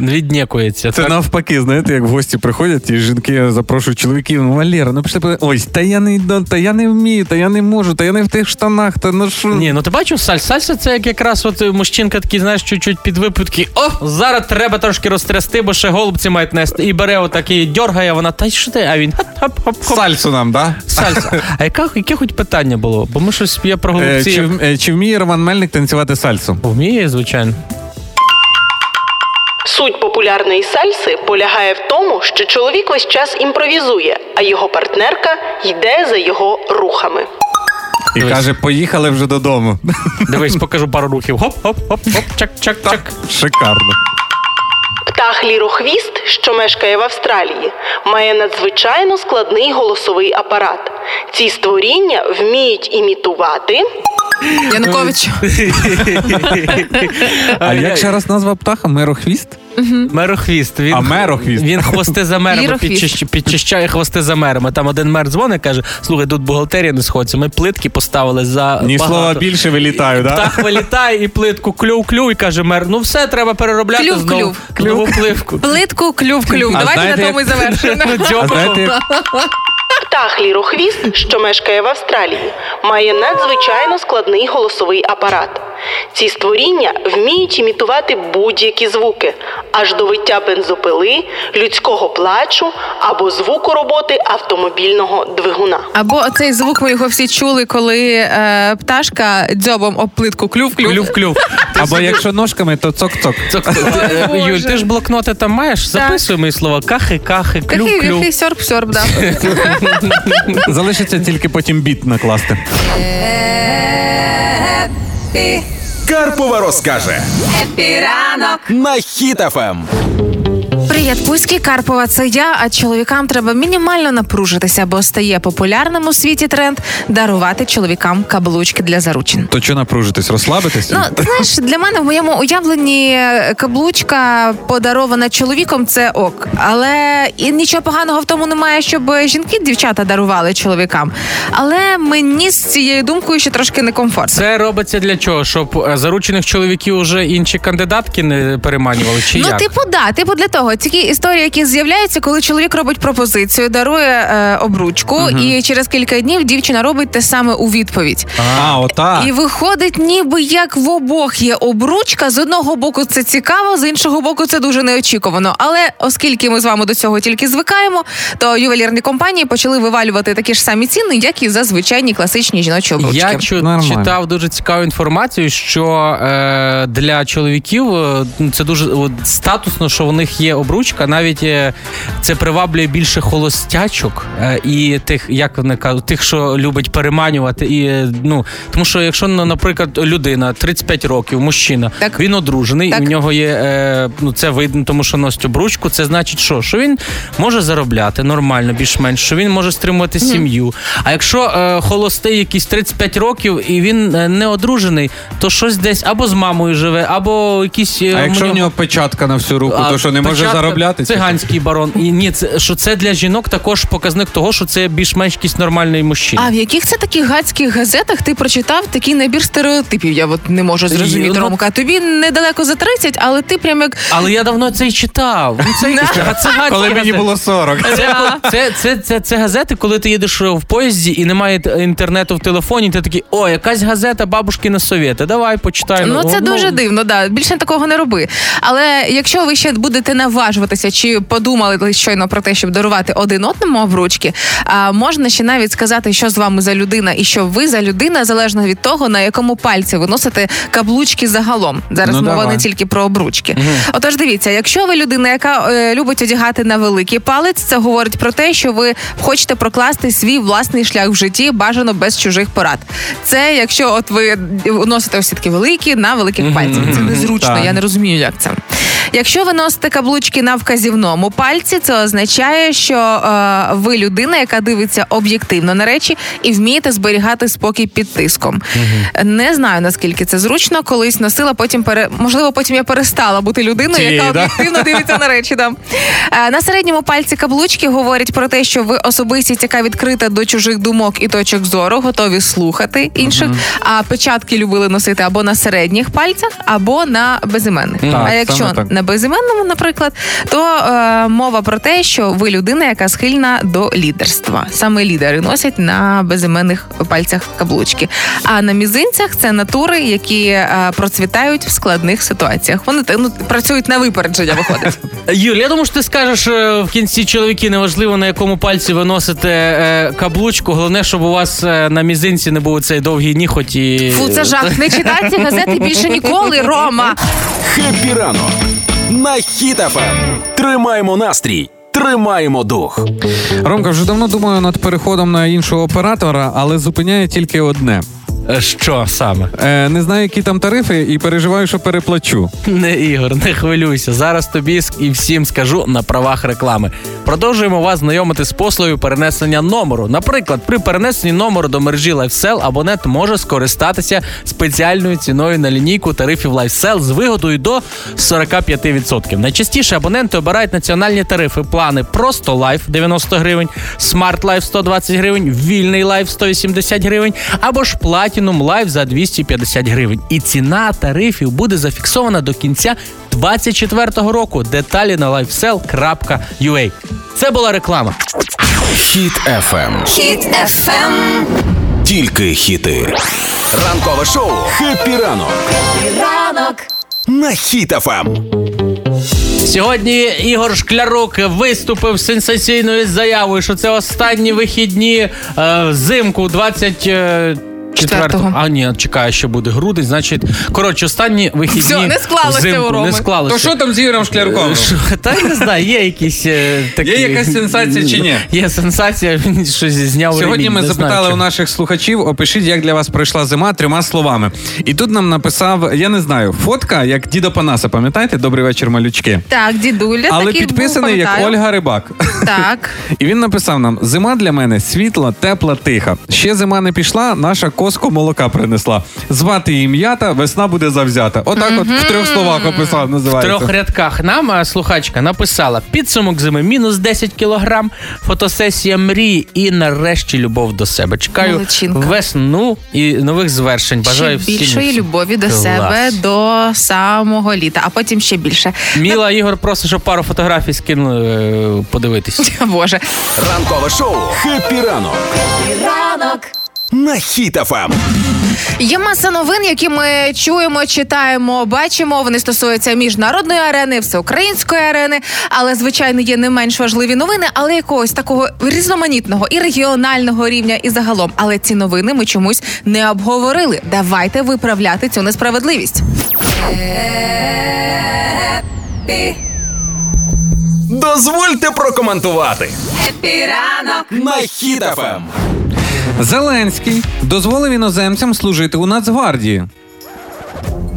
[SPEAKER 4] Віднікується.
[SPEAKER 3] Це навпаки, знаєте, як в гості приходять, і жінки запрошують чоловіків. Ну, Валера, ну пішли, пили». ой, та я не йду, та я не вмію, та я не можу, та я не в тих штанах, та ну що.
[SPEAKER 4] Ні, ну ти бачив сальс? Сальса це як якраз от е, мужчинка такий, знаєш, чуть-чуть під випитки. О, зараз треба трошки розтрясти, бо ще голубці мають нести. І бере отакий, дьоргає вона, та й що ти? А він хап-хап-хап.
[SPEAKER 3] Сальсу нам, да?
[SPEAKER 4] Сальса. А яка, яке хоч питання було? Бо ми щось я про
[SPEAKER 3] Е,
[SPEAKER 4] голубці.
[SPEAKER 3] чи, вм- е, чи вміє Роман Мельник танцювати сальсу?
[SPEAKER 4] Вміє, звичайно.
[SPEAKER 8] Суть популярної сальси полягає в тому, що чоловік весь час імпровізує, а його партнерка йде за його рухами.
[SPEAKER 3] І
[SPEAKER 4] Дивись.
[SPEAKER 3] каже, поїхали вже додому.
[SPEAKER 4] Дивись, покажу пару рухів. Хоп-хоп-хоп-хоп, чак-чак-чак.
[SPEAKER 3] Шикарно.
[SPEAKER 8] Птах лірохвіст, що мешкає в Австралії, має надзвичайно складний голосовий апарат. Ці створіння вміють імітувати
[SPEAKER 5] Янукович.
[SPEAKER 3] А як ще раз назва птаха? Мирохвіст?
[SPEAKER 4] Мерохвіст. Він,
[SPEAKER 3] А, мерохвіст.
[SPEAKER 4] Він хвости за мерами
[SPEAKER 5] Вірохвіст.
[SPEAKER 4] підчищ, підчищає хвости за мерами. Там один мер дзвонить каже: слухай, тут бухгалтерія не сходиться. Ми плитки поставили за
[SPEAKER 3] Ні
[SPEAKER 4] багато.
[SPEAKER 3] слова більше вилітаю, да?
[SPEAKER 4] Птах вилітає і плитку клюв-клюв, і каже мер, ну все, треба переробляти
[SPEAKER 5] Клюв,
[SPEAKER 4] знову,
[SPEAKER 5] клюв.
[SPEAKER 4] нову пливку.
[SPEAKER 5] Плитку клюв клюв.
[SPEAKER 3] А
[SPEAKER 5] Давайте
[SPEAKER 3] знаєте,
[SPEAKER 5] на тому і
[SPEAKER 3] як-
[SPEAKER 5] завершимо.
[SPEAKER 4] Ну,
[SPEAKER 3] А знаєте, як
[SPEAKER 8] птах лірохвіст, що мешкає в Австралії, має надзвичайно складний голосовий апарат. Ці створіння вміють імітувати будь-які звуки, аж до виття бензопили, людського плачу або звуку роботи автомобільного двигуна.
[SPEAKER 5] Або цей звук ми його всі чули, коли е, пташка дзьобом об плитку клюв-клюв.
[SPEAKER 4] Клюв-клюв.
[SPEAKER 3] Або якщо ножками, то цок-цок.
[SPEAKER 5] Боже.
[SPEAKER 4] Е, Юль, ти ж блокноти там маєш?
[SPEAKER 5] Так.
[SPEAKER 4] Записуй мої слова кахи, кахи,
[SPEAKER 5] Такий
[SPEAKER 4] клюв-клюв.
[SPEAKER 5] віхий сьорб-сьорб, да.
[SPEAKER 3] Залишиться тільки потім біт накласти.
[SPEAKER 5] Е,
[SPEAKER 1] Карпова розкаже Ем. на хітафем.
[SPEAKER 5] Привіт, Пуський Карпова. Це я. А чоловікам треба мінімально напружитися, бо стає популярним у світі тренд дарувати чоловікам каблучки для заручин.
[SPEAKER 3] То що напружитись, розслабитись?
[SPEAKER 5] Ну, ти знаєш, для мене в моєму уявленні каблучка подарована чоловіком, це ок. Але і нічого поганого в тому немає, щоб жінки дівчата дарували чоловікам. Але мені з цією думкою ще трошки некомфортно.
[SPEAKER 4] Це робиться для чого? Щоб е, заручених чоловіків уже інші кандидатки не переманювали? Чи
[SPEAKER 5] Ну,
[SPEAKER 4] як?
[SPEAKER 5] типу, да, типу для того. Ці історії, які з'являються, коли чоловік робить пропозицію, дарує е, обручку, і через кілька днів дівчина робить те саме у відповідь.
[SPEAKER 3] А, отак.
[SPEAKER 5] І виходить, ніби як в обох є обручка. З одного боку це цікаво, з іншого боку, це дуже неочікувано. Але оскільки ми з вами до цього тільки звикаємо, то ювелірні компанії почали вивалювати такі ж самі ціни, як і за звичайні класичні жіночі обручки.
[SPEAKER 4] Я чу-
[SPEAKER 3] Нормально.
[SPEAKER 4] читав дуже цікаву інформацію, що е, для чоловіків е, ну, це дуже от, статусно, що в них є обручка. Навіть е, це приваблює більше холостячок е, і тих, як вони кажуть, тих, що любить переманювати. І, е, ну, тому що, якщо, ну, наприклад, людина 35 років, мужчина,
[SPEAKER 5] Так.
[SPEAKER 4] він одружений,
[SPEAKER 5] Так.
[SPEAKER 4] і в нього є е, ну, це видно, тому що носить обручку. Це значить, що? Що він може заробляти нормально, більш-менш, що він може стримувати сім'ю. А якщо е, холостий якийсь 35 років і він е, не одружений, то щось десь або з мамою живе, або якісь. е,
[SPEAKER 3] А якщо в
[SPEAKER 4] мені-
[SPEAKER 3] нього печатка на всю руку,
[SPEAKER 4] а,
[SPEAKER 3] то що не може
[SPEAKER 4] початка-
[SPEAKER 3] заробляти?
[SPEAKER 4] Циганський барон. І ні, це що це для жінок також показник того, що це більш-менш якийсь нормальний мужчина.
[SPEAKER 5] А в яких це таких гадських газетах ти прочитав такий набір стереотипів? Я от не можу зрозуміти,
[SPEAKER 4] ну-
[SPEAKER 5] Ромка. Тобі недалеко за 30, але ти прям як
[SPEAKER 4] Але я давно це і читав. Ну, це якісь циганські
[SPEAKER 3] Коли мені
[SPEAKER 4] газети.
[SPEAKER 3] було 40.
[SPEAKER 4] Це, це, це, це, це газети, коли ти їдеш е, в поїзді і немає т- інтернету в телефоні, ти такий, о, якась газета бабушкина совєти. Давай почитай.
[SPEAKER 5] Ну, це дуже дивно, да. Більше такого не роби. Але якщо ви ще будете наважуватися чи подумали щойно про те, щоб дарувати один одному обручки, а можна ще навіть сказати, що з вами за людина і що ви за людина, залежно від того, на якому пальці ви носите каблучки загалом. Зараз
[SPEAKER 3] Ну,
[SPEAKER 5] мова
[SPEAKER 3] давай.
[SPEAKER 5] не тільки про обручки. Отож, дивіться, якщо ви людина, яка е, любить одягати на великий палець, це говорить про те, що ви хочете прокласти свій власний шлях в житті, бажано без чужих порад. Це якщо от ви носите ось такі великі на великих пальцях. Це незручно,
[SPEAKER 3] так.
[SPEAKER 5] я не розумію, як це. Якщо ви носите каблучки на вказівному пальці, це означає, що е, ви людина, яка дивиться об'єктивно на речі і вмієте зберігати спокій під тиском. Не знаю наскільки це зручно. Колись носила, потім пере... можливо, потім я перестала бути людиною,
[SPEAKER 3] Цією,
[SPEAKER 5] яка
[SPEAKER 3] да?
[SPEAKER 5] об'єктивно дивиться на речі. Да. Е, на середньому пальці каблучки говорять про те, що ви особистість, яка відкрита до чужих думок і точок зору, готові слухати інших. А печатки любили носити або на середніх пальцях, або на безіменних.
[SPEAKER 3] Так,
[SPEAKER 5] а якщо
[SPEAKER 3] саме так.
[SPEAKER 5] на безіменному, наприклад, то е, мова про те, що ви людина, яка схильна до лідерства. Саме лідери носять на безіменних пальцях каблучки. А на мізинцях це натури, які е, процвітають в складних ситуаціях. Вони та- ну, працюють на випередження, виходить.
[SPEAKER 4] Юль, я думаю, що ти скажеш е, в кінці чоловіки, неважливо на якому пальці ви носите е, каблучку. Головне, щоб у вас е, на мізинці не був цей довгий ніхоть і.
[SPEAKER 5] Фу, це жах. Не читай ці газети більше ніколи, Рома.
[SPEAKER 1] Хеппі ранок на хітафем. Тримаємо настрій, тримаємо дух.
[SPEAKER 3] Ромка, вже давно думаю над переходом на іншого оператора, але зупиняє тільки одне.
[SPEAKER 4] Е, Що саме?
[SPEAKER 3] Е, не знаю, які там тарифи, і переживаю, що переплачу.
[SPEAKER 4] Не Ігор, не хвилюйся. Зараз тобі ск- і всім скажу на правах реклами. Продовжуємо вас знайомити з послугою перенесення номеру. Наприклад, при перенесенні номеру до мережі LifeSell абонент може скористатися спеціальною ціною на лінійку тарифів LifeSell з вигодою до 45%. Найчастіше абоненти обирають національні тарифи, плани просто Life 90 гривень, Smart Life 120 гривень, вільний Life 180 гривень або ж Platinum Life за 250 гривень. І ціна тарифів буде зафіксована до кінця 24-го року. Деталі на lifesell.ua. Це була реклама.
[SPEAKER 1] Хіт Ем. FM.
[SPEAKER 9] Хіт FM.
[SPEAKER 1] Ем. Тільки хіти. Ранкове шоу «Хеппі ранок»
[SPEAKER 6] Ранок.
[SPEAKER 1] на Ем. Хіт-ФМ.
[SPEAKER 4] Сьогодні Ігор Шклярук виступив з сенсаційною заявою, що це останні вихідні е, взимку 24
[SPEAKER 5] Четвертого.
[SPEAKER 4] А ні, чекаю, що буде грудень. Значить, коротше, останні вихідні.
[SPEAKER 5] Все, не склалося
[SPEAKER 4] взимку,
[SPEAKER 5] у Роми.
[SPEAKER 4] Не склалося.
[SPEAKER 3] То що там з Ігорем Шклярком?
[SPEAKER 4] Що, Та я не знаю, є якісь е, такі...
[SPEAKER 3] Є якась сенсація чи ні?
[SPEAKER 4] Є сенсація, він щось зняв
[SPEAKER 3] Сьогодні
[SPEAKER 4] ремінь,
[SPEAKER 3] ми
[SPEAKER 4] не знаю,
[SPEAKER 3] запитали
[SPEAKER 4] чи-
[SPEAKER 3] у наших слухачів, опишіть, як для вас пройшла зима трьома словами. І тут нам написав, я не знаю, фотка, як діда Панаса, пам'ятаєте? Добрий вечір, малючки.
[SPEAKER 5] Так, дідуля.
[SPEAKER 3] Але
[SPEAKER 5] такий був,
[SPEAKER 3] підписаний як
[SPEAKER 5] пам'ятаю.
[SPEAKER 3] Ольга Рибак.
[SPEAKER 5] Так.
[SPEAKER 3] І він написав нам: зима для мене світла, тепла, тиха. Ще зима не пішла, наша коску молока принесла. Звати її м'ята, весна буде завзята. Отак, от в трьох словах описав,
[SPEAKER 4] В
[SPEAKER 3] називається.
[SPEAKER 4] трьох рядках нам а, слухачка написала підсумок зими мінус 10 кілограм, фотосесія мрії і нарешті любов до себе. Чекаю
[SPEAKER 5] Молодчинка.
[SPEAKER 4] весну і нових звершень.
[SPEAKER 5] Ще
[SPEAKER 4] Бажаю всім
[SPEAKER 5] більшої
[SPEAKER 4] усім.
[SPEAKER 5] любові до
[SPEAKER 4] Клас.
[SPEAKER 5] себе до самого літа, а потім ще більше.
[SPEAKER 4] Міла Ігор просто, щоб пару фотографій скинули е, подивитись.
[SPEAKER 5] Боже.
[SPEAKER 1] Ранкове шоу «Хеппі ранок» на Ем. Хіт-ФМ.
[SPEAKER 5] Є маса новин, які ми чуємо, читаємо, бачимо. Вони стосуються міжнародної арени, всеукраїнської арени. Але звичайно є не менш важливі новини, але якогось такого різноманітного і регіонального рівня, і загалом. Але ці новини ми чомусь не обговорили. Давайте виправляти цю несправедливість.
[SPEAKER 1] Дозвольте прокоментувати. «Хеппі ранок» на Хіт-ФМ.
[SPEAKER 3] Зеленський дозволив іноземцям служити у Нацгвардії.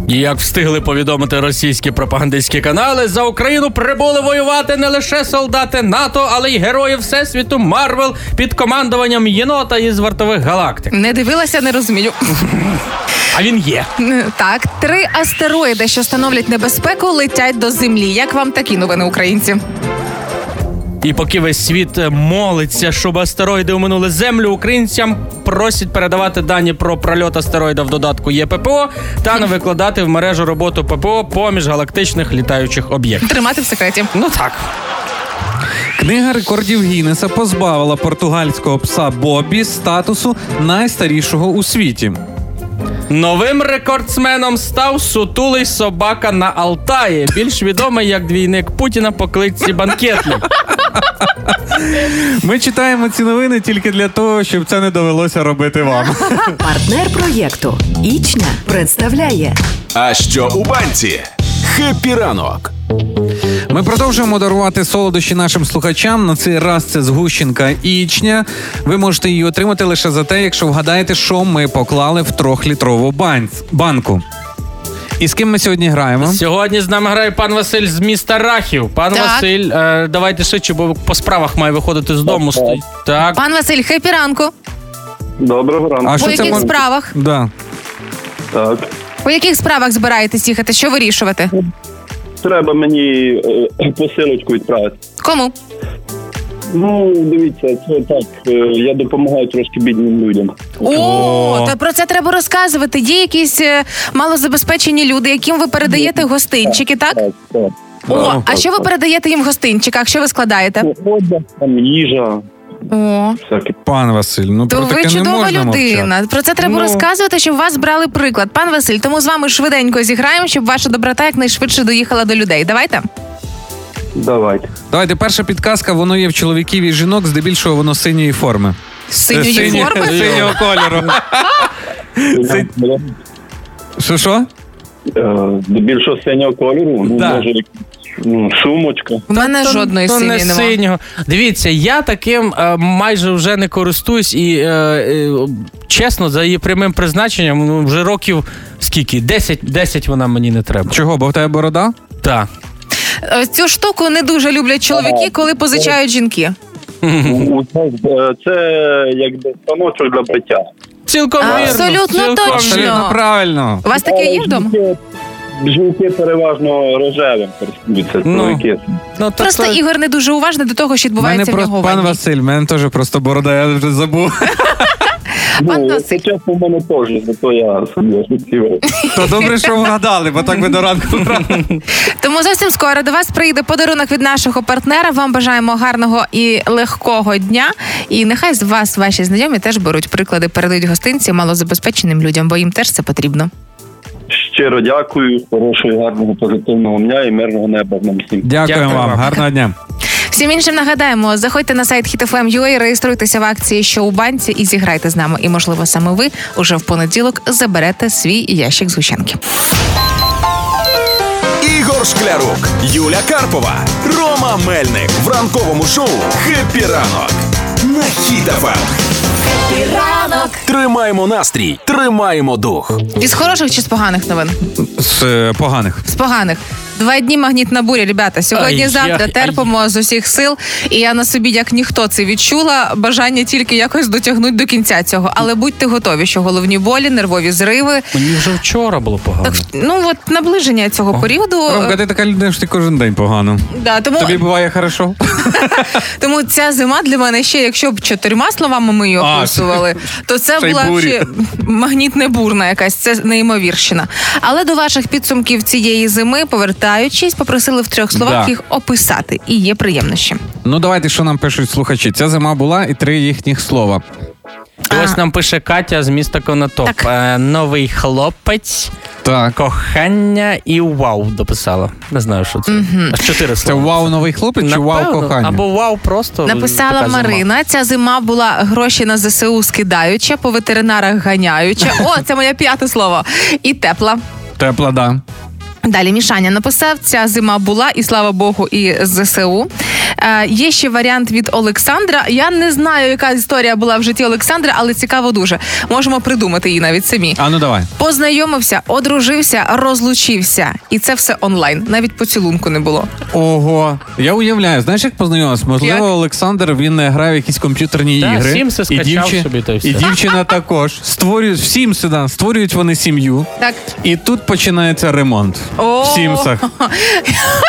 [SPEAKER 4] І Як встигли повідомити російські пропагандистські канали, за Україну прибули воювати не лише солдати НАТО, але й герої Всесвіту Марвел під командуванням єнота із вартових галактик.
[SPEAKER 5] Не дивилася, не розумію.
[SPEAKER 4] А він є.
[SPEAKER 5] Так, три астероїди, що становлять небезпеку, летять до землі. Як вам такі новини, українці?
[SPEAKER 4] І поки весь світ е, молиться, щоб астероїди оминули землю, українцям просять передавати дані про прольот астероїда в додатку ЄППО та не викладати в мережу роботу ППО поміж галактичних літаючих об'єктів.
[SPEAKER 5] Тримати в секреті.
[SPEAKER 4] Ну так.
[SPEAKER 3] Книга рекордів Гіннеса позбавила португальського пса Бобі статусу найстарішого у світі.
[SPEAKER 4] Новим рекордсменом став сутулий собака на Алтаї, більш відомий як двійник Путіна по кличці банкетник.
[SPEAKER 3] Ми читаємо ці новини тільки для того, щоб це не довелося робити вам.
[SPEAKER 6] Партнер проєкту Ічня представляє
[SPEAKER 1] А що у банці? «Хеппі ранок»
[SPEAKER 3] Ми продовжуємо дарувати солодощі нашим слухачам. На цей раз це згущенка ічня. Ви можете її отримати лише за те, якщо вгадаєте, що ми поклали в трьохлітрову банць- банку. І з ким ми сьогодні граємо?
[SPEAKER 4] Сьогодні з нами грає пан Василь з міста Рахів. Пан
[SPEAKER 5] Так.
[SPEAKER 4] Василь, е, давайте швидше, бо по справах має виходити з дому. Стоїть. Так,
[SPEAKER 5] Пан Василь, хепі ранку.
[SPEAKER 9] Доброго ранку.
[SPEAKER 5] По яких
[SPEAKER 3] мож-
[SPEAKER 5] справах?
[SPEAKER 3] Да.
[SPEAKER 9] Так.
[SPEAKER 5] По яких справах збираєтесь їхати? Що вирішувати?
[SPEAKER 9] Треба мені е, посилочку відправити.
[SPEAKER 5] Кому?
[SPEAKER 9] Ну, дивіться, це так. е, Я допомагаю трошки бідним людям.
[SPEAKER 5] О, та про це треба розказувати. Є якісь е, малозабезпечені люди, яким ви передаєте гостинчики, так?
[SPEAKER 9] Так, так.
[SPEAKER 5] О, а що ви передаєте їм в гостинчиках? Що ви складаєте?
[SPEAKER 9] Одяг, там їжа,
[SPEAKER 5] О,
[SPEAKER 9] всяке.
[SPEAKER 3] Пан Василь, ну
[SPEAKER 5] то
[SPEAKER 3] про
[SPEAKER 5] ви
[SPEAKER 3] таке не
[SPEAKER 5] чудова
[SPEAKER 3] можна
[SPEAKER 5] людина.
[SPEAKER 3] мовчати.
[SPEAKER 5] Про це треба
[SPEAKER 3] Ну.
[SPEAKER 5] розказувати, щоб вас брали приклад. Пан Василь, тому з вами швиденько зіграємо, щоб ваша доброта якнайшвидше доїхала до людей. Давайте.
[SPEAKER 9] Давайте.
[SPEAKER 3] Давайте перша підказка, воно є в чоловіків і жінок, здебільшого воно синьої форми.
[SPEAKER 5] Синьої
[SPEAKER 3] Сині-
[SPEAKER 5] форми?
[SPEAKER 3] Синього кольору. Це- Що що?
[SPEAKER 9] Е, Більшого синього кольору, ну,
[SPEAKER 3] Да.
[SPEAKER 9] може, ну, сумочка.
[SPEAKER 5] У мене жодної
[SPEAKER 4] то не
[SPEAKER 5] синьої немає.
[SPEAKER 4] синього. Дивіться, я таким е, майже вже не користуюсь і е, е, чесно, за її прямим призначенням, ну вже років скільки? 10, 10 вона мені не треба.
[SPEAKER 3] Чого? Бо в тебе борода?
[SPEAKER 4] Так.
[SPEAKER 5] Е, Цю штуку не дуже люблять чоловіки, коли позичають жінки.
[SPEAKER 9] У нас, е, Це якби станочок для биття.
[SPEAKER 4] Цілком вірно.
[SPEAKER 5] Абсолютно
[SPEAKER 4] цілком вірно.
[SPEAKER 5] точно.
[SPEAKER 3] Абсолютно правильно.
[SPEAKER 5] У вас таке є вдома?
[SPEAKER 9] Жінки переважно рожевим користуються,
[SPEAKER 4] Ну.
[SPEAKER 9] чоловіки.
[SPEAKER 4] Ну, то
[SPEAKER 5] Просто
[SPEAKER 4] це-
[SPEAKER 5] Ігор не дуже уважний до того,
[SPEAKER 3] У
[SPEAKER 5] що
[SPEAKER 3] мене
[SPEAKER 5] відбувається в
[SPEAKER 3] просто
[SPEAKER 5] нього. в
[SPEAKER 3] пан
[SPEAKER 5] ванні.
[SPEAKER 3] Василь, в мене теж просто борода, я вже забув.
[SPEAKER 5] Пан
[SPEAKER 9] Ну,
[SPEAKER 5] Досик.
[SPEAKER 9] почав у мене теж, зато я собі освітлював.
[SPEAKER 3] То добре, що вгадали, бо так би до ранку.
[SPEAKER 5] Тому зовсім скоро до вас прийде подарунок від нашого партнера. Вам бажаємо гарного і легкого дня. І нехай з вас ваші знайомі теж беруть приклади, передають гостинці малозабезпеченим людям, бо їм теж це потрібно.
[SPEAKER 9] Щиро дякую, хорошого, гарного, позитивного дня і мирного неба нам всім.
[SPEAKER 3] Дякуємо вам,
[SPEAKER 4] вам.
[SPEAKER 3] гарного дня.
[SPEAKER 5] Всім іншим нагадаємо, заходьте на сайт hitfm.ua, реєструйтеся в акції, що у банці, і зіграйте з нами. І можливо, саме ви уже в понеділок заберете свій ящик згущенки.
[SPEAKER 1] Ігор Шклярук, Юля Карпова, Рома Мельник в ранковому шоу «Хеппі ранок» на Хіт-ФМ.
[SPEAKER 6] Ранок.
[SPEAKER 1] Тримаємо настрій, тримаємо дух.
[SPEAKER 5] Із хороших чи з поганих новин?
[SPEAKER 3] З е, поганих.
[SPEAKER 5] З поганих. Два дні магнітна буря, ребята. Сьогодні
[SPEAKER 4] Ай,
[SPEAKER 5] завтра
[SPEAKER 4] ай,
[SPEAKER 5] терпимо з усіх сил. І я на собі, як ніхто це відчула, бажання тільки якось дотягнути до кінця цього. Але будьте готові, що головні болі, нервові зриви.
[SPEAKER 4] Мені вже вчора було погано.
[SPEAKER 5] Так ну от наближення цього періоду.
[SPEAKER 3] Ромка, ти така людина, що ти кожен день погано.
[SPEAKER 5] Да, тому,
[SPEAKER 3] Тобі буває хорошо.
[SPEAKER 5] тому ця зима для мене ще, якщо б чотирма словами ми її
[SPEAKER 3] А,
[SPEAKER 5] описували, то це
[SPEAKER 3] ще й
[SPEAKER 5] була б
[SPEAKER 3] бурі.
[SPEAKER 5] ще магнітне бурна якась, це неймовірщина. Але до ваших підсумків цієї зими, повертаючись, попросили в трьох словах
[SPEAKER 3] Да.
[SPEAKER 5] їх описати. І є приємнощі.
[SPEAKER 3] Ну давайте, що нам пишуть слухачі. Ця зима була і три їхніх слова.
[SPEAKER 4] І Ось нам пише Катя з міста Конотоп.
[SPEAKER 5] Так.
[SPEAKER 4] Е, новий хлопець,
[SPEAKER 3] Так.
[SPEAKER 4] кохання і вау дописала. Не знаю, що це. Аж Чотири
[SPEAKER 3] Це
[SPEAKER 4] слова.
[SPEAKER 3] вау новий хлопець чи вау
[SPEAKER 4] Напевно.
[SPEAKER 3] кохання?
[SPEAKER 4] Або вау просто.
[SPEAKER 5] Написала
[SPEAKER 4] така зима.
[SPEAKER 5] Марина. Ця зима була гроші на ЗСУ скидаюча, по ветеринарах ганяюча. О, це моє п'яте слово. І тепла.
[SPEAKER 3] Тепла, да.
[SPEAKER 5] Далі Мішаня написав: ця зима була, і слава Богу, і з ЗСУ. Е, є ще варіант від Олександра. Я не знаю, яка історія була в житті Олександра, але цікаво дуже. Можемо придумати її навіть самі.
[SPEAKER 3] А ну давай.
[SPEAKER 5] Познайомився, одружився, розлучився. І це все онлайн. Навіть поцілунку не було.
[SPEAKER 3] Ого. Я уявляю, знаєш, як познайомилась? Можливо,
[SPEAKER 5] Як?
[SPEAKER 3] Олександр він е, грає в якісь комп'ютерні
[SPEAKER 4] Та,
[SPEAKER 3] ігри.
[SPEAKER 4] Сімси скачав
[SPEAKER 3] дівчи-
[SPEAKER 4] собі, та й все.
[SPEAKER 3] і дівчина також. Створюють всім да, створюють вони сім'ю.
[SPEAKER 5] Так.
[SPEAKER 3] І тут починається ремонт
[SPEAKER 5] О.
[SPEAKER 3] в Сімсах.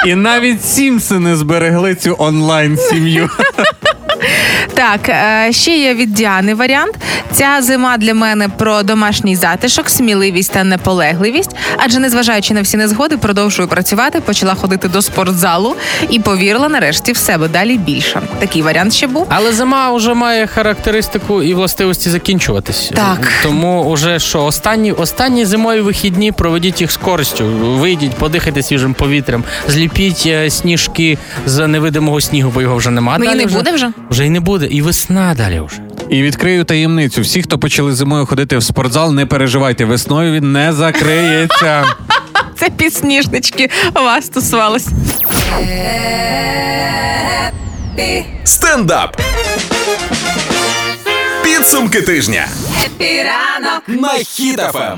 [SPEAKER 3] І навіть Сімси не зберегли цю онлайн сім'ю.
[SPEAKER 5] Так, е, ще є від Діани варіант. Ця зима для мене про домашній затишок, сміливість та неполегливість. Адже, незважаючи на всі незгоди, продовжую працювати, почала ходити до спортзалу і повірила нарешті в себе далі більше. Такий варіант ще був.
[SPEAKER 4] Але зима вже має характеристику і властивості закінчуватись.
[SPEAKER 5] Так.
[SPEAKER 4] Тому уже що, останні, останні зимові вихідні проведіть їх з користю. Вийдіть, подихайте свіжим повітрям, зліпіть е, сніжки з невидимого снігу, бо його вже нема.
[SPEAKER 5] Ну, і
[SPEAKER 4] Далі
[SPEAKER 5] не буде вже.
[SPEAKER 4] Вже і не буде, і весна далі вже.
[SPEAKER 3] І відкрию таємницю. Всі, хто почали зимою ходити в спортзал, не переживайте, весною він не закриється.
[SPEAKER 5] Це підсніжнички вас стосувалось.
[SPEAKER 1] Стендап. Підсумки тижня. Хеппі ранок на Ем. Хіт-ФМ.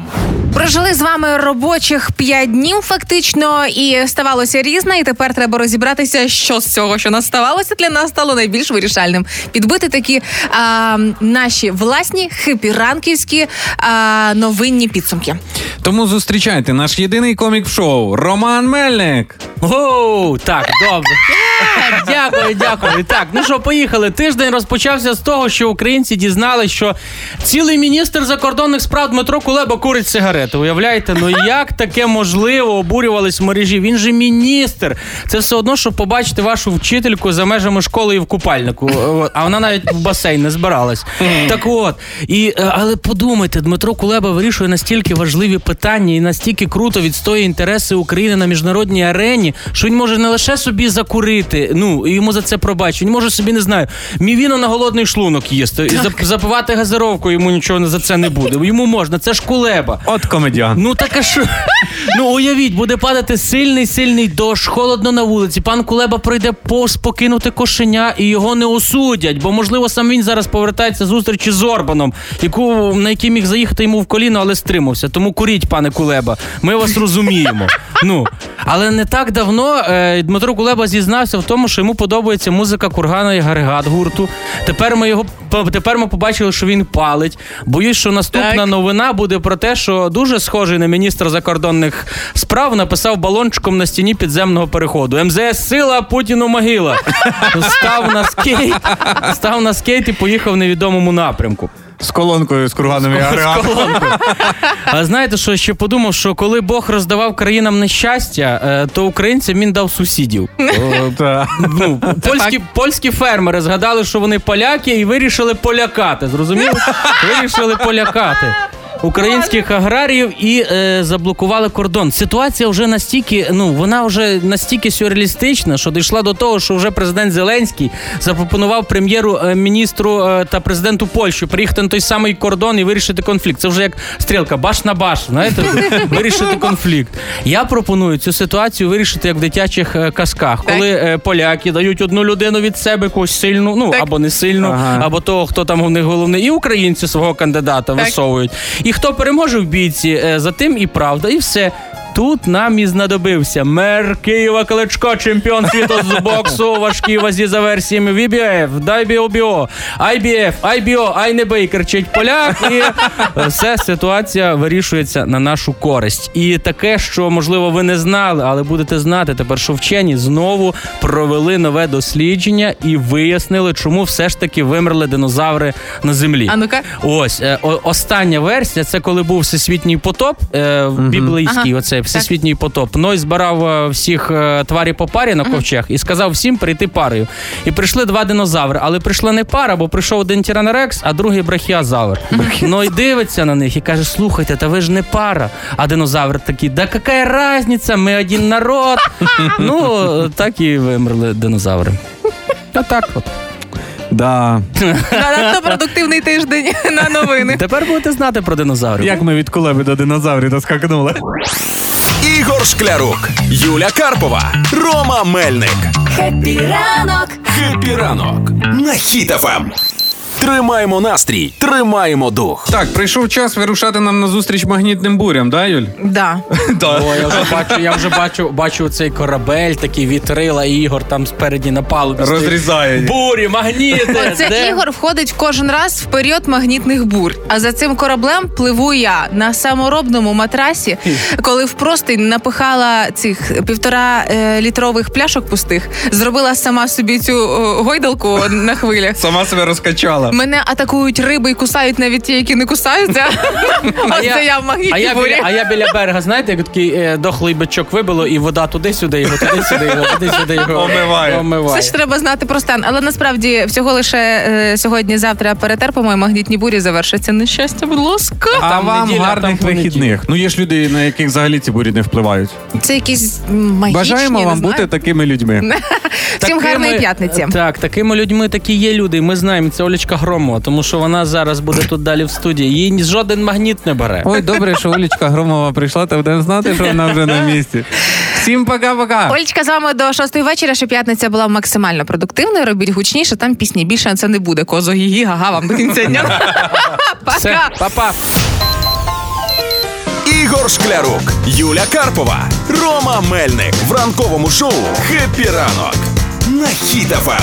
[SPEAKER 5] Прожили з вами робочих п'ять днів, фактично, і ставалося різне. І тепер треба розібратися, що з цього, що нас ставалося, для нас стало найбільш вирішальним. Підбити такі а, наші власні хипіранківські а, новинні підсумки.
[SPEAKER 3] Тому зустрічайте наш єдиний комік в шоу Роман Мельник.
[SPEAKER 4] Оу, так, добре. Е, Дякую, дякую. Так, ну що, поїхали. Тиждень розпочався з того, що українці дізналися, що цілий міністр закордонних справ Дмитро Кулеба курить сигарети. Уявляєте, ну як таке можливо? Обурювались в мережі. Він же міністр. Це все одно, щоб побачити вашу вчительку за межами школи і в купальнику. Е, от, А вона навіть в басейн не збиралась. Так от. І, е, але подумайте, Дмитро Кулеба вирішує настільки важливі питання і настільки круто відстоює інтереси України на міжнародній арені, що він може не лише собі закурити, ну і йому за це пробачить. Він може собі не знаю. Мівіно на голодний шлунок їсти і зап- запивати газировку. Йому нічого не- за це не буде. Йому можна, це ж Кулеба.
[SPEAKER 3] От комедіан.
[SPEAKER 4] Ну так а що? Ну уявіть, буде падати сильний сильний дощ, холодно на вулиці. Пан Кулеба прийде повз покинути кошеня і його не осудять, бо можливо сам він зараз повертається з зустрічі з Орбаном, яку на який міг заїхати йому в коліно, але стримався. Тому куріть, пане Кулеба. Ми вас розуміємо. Ну але не так давно е, Дмитро Кулеба зізнався в тому, що йому подобається музика кургана і гаргат гурту. Тепер ми його тепер ми побачили, що він палить. Боюсь, що наступна
[SPEAKER 5] Так.
[SPEAKER 4] новина буде про те, що дуже схожий на міністра закордонних внутрішніх справ написав балончиком на стіні підземного переходу. МЗС сила, Путіну могила. Став на скейт, став на скейт і поїхав в невідомому напрямку.
[SPEAKER 3] З колонкою, з курганами. Ага.
[SPEAKER 4] А знаєте, що ще подумав, що коли Бог роздавав країнам нещастя, е, то українцям він дав сусідів.
[SPEAKER 3] О, та.
[SPEAKER 4] Ну, польські, польські фермери згадали, що вони поляки, і вирішили полякати. Зрозуміло? Вирішили полякати. Українських аграріїв і е, заблокували кордон. Ситуація вже настільки, ну вона вже настільки сюрреалістична, що дійшла до того, що вже президент Зеленський запропонував прем'єру-міністру е, та президенту Польщі приїхати на той самий кордон і вирішити конфлікт. Це вже як стрілка, баш на баш. Знаєте, вирішити конфлікт. Я пропоную цю ситуацію вирішити як в дитячих е, казках,
[SPEAKER 5] Так.
[SPEAKER 4] коли е, поляки дають одну людину від себе когось сильну, ну
[SPEAKER 5] Так.
[SPEAKER 4] або не сильну,
[SPEAKER 3] Ага.
[SPEAKER 4] або того, хто там у них головний, і українці свого кандидата
[SPEAKER 5] Так.
[SPEAKER 4] висовують. І хто переможе в бійці, е, за тим і правда, і все. Тут нам і знадобився мер Києва Кличко, чемпіон світу з боксу у важкій вазі за версіями VBF, WBO, IBF, IBO, INBA, кричить поляк, і все, ситуація вирішується на нашу користь. І таке, що можливо ви не знали, але будете знати тепер, що вчені знову провели нове дослідження і вияснили, чому все ж таки вимерли динозаври на землі.
[SPEAKER 5] А ну-ка.
[SPEAKER 4] Ось е, о- остання версія. Це коли був всесвітній потоп е, біблійський.
[SPEAKER 5] Ага.
[SPEAKER 4] Оце всесвітній потоп. Ной збирав е, всіх е, тварі по парі на ковчег і сказав всім прийти парою. І прийшли два динозаври, але прийшла не пара, бо прийшов один тиранорекс, а другий брахіозавр. Ной дивиться на них і каже: Слухайте, та ви ж не пара. А динозавр такий, да яка різниця, ми один народ. Ну е, так і вимерли динозаври. Та так от.
[SPEAKER 3] Да.
[SPEAKER 5] На надто продуктивний тиждень на новини.
[SPEAKER 4] Тепер будете знати про динозаврів.
[SPEAKER 3] Як ми від кулеби до динозаврів доскакнули.
[SPEAKER 1] Ігор Шклярук, Юля Карпова, Рома Мельник.
[SPEAKER 6] Хеппі ранок!
[SPEAKER 1] Хеппі ранок на Хіт ФМ. Тримаємо настрій, тримаємо дух.
[SPEAKER 3] Так, прийшов час вирушати нам на зустріч магнітним бурям, да, Юль?
[SPEAKER 5] Да.
[SPEAKER 4] О, я вже бачу, я вже бачу, бачу цей корабель, такі вітрила, і Ігор там спереді на палубі. стоїть.
[SPEAKER 3] Розрізає.
[SPEAKER 4] Бурі, магніти.
[SPEAKER 5] Оце
[SPEAKER 4] де?
[SPEAKER 5] Ігор входить кожен раз в період магнітних бур. А за цим кораблем пливу я на саморобному матрасі, коли в простинь напихала цих півтора е, літрових пляшок пустих, зробила сама собі цю е, гойдалку на хвилях.
[SPEAKER 3] Сама себе розкачала.
[SPEAKER 5] Мене атакують риби і кусають навіть ті, які не кусаються.
[SPEAKER 4] А
[SPEAKER 5] Ось
[SPEAKER 4] я-
[SPEAKER 5] це я в
[SPEAKER 4] А
[SPEAKER 5] магнітній
[SPEAKER 4] я, біля,
[SPEAKER 5] бурі.
[SPEAKER 4] а я біля берега, знаєте, як такий е, дохлий бичок вибило, і вода туди-сюди його, туди-сюди його, туди-сюди його.
[SPEAKER 3] Омиває.
[SPEAKER 5] Все ж треба знати про стан, але насправді всього лише е, сьогодні-завтра перетерпимо, і магнітні бурі завершаться нещастя, будь ласка.
[SPEAKER 3] А
[SPEAKER 4] Там
[SPEAKER 3] вам
[SPEAKER 4] неділя, а там
[SPEAKER 3] гарних
[SPEAKER 4] понеділок.
[SPEAKER 3] вихідних. Ну є ж люди, на яких взагалі ці бурі не впливають.
[SPEAKER 5] Це якісь м, магічні,
[SPEAKER 3] Бажаємо
[SPEAKER 5] не
[SPEAKER 3] вам
[SPEAKER 5] знаю.
[SPEAKER 3] бути такими людьми.
[SPEAKER 5] Всім
[SPEAKER 4] Такими-
[SPEAKER 5] гарної п'ятниці.
[SPEAKER 4] Так, такими людьми такі є люди. і Ми знаємо, це Олечка Громова, тому що вона зараз буде тут далі в студії. Її ні- жоден магніт не бере.
[SPEAKER 3] Ой, добре, що Олічка Громова прийшла, та будемо знати, що вона вже на місці. Всім пока-пока.
[SPEAKER 5] Олечка з вами до шостої вечора, що п'ятниця була максимально продуктивною. Робіть гучніше, там пісні більше це не буде. Козо гі гага вам до кінця дня.
[SPEAKER 4] Все,
[SPEAKER 5] Пока.
[SPEAKER 4] па-па.
[SPEAKER 1] Ігор Шклярук, Юля Карпова, Рома Мельник в ранковому шоу Хеппі ранок на Хіт Ем. ФМ.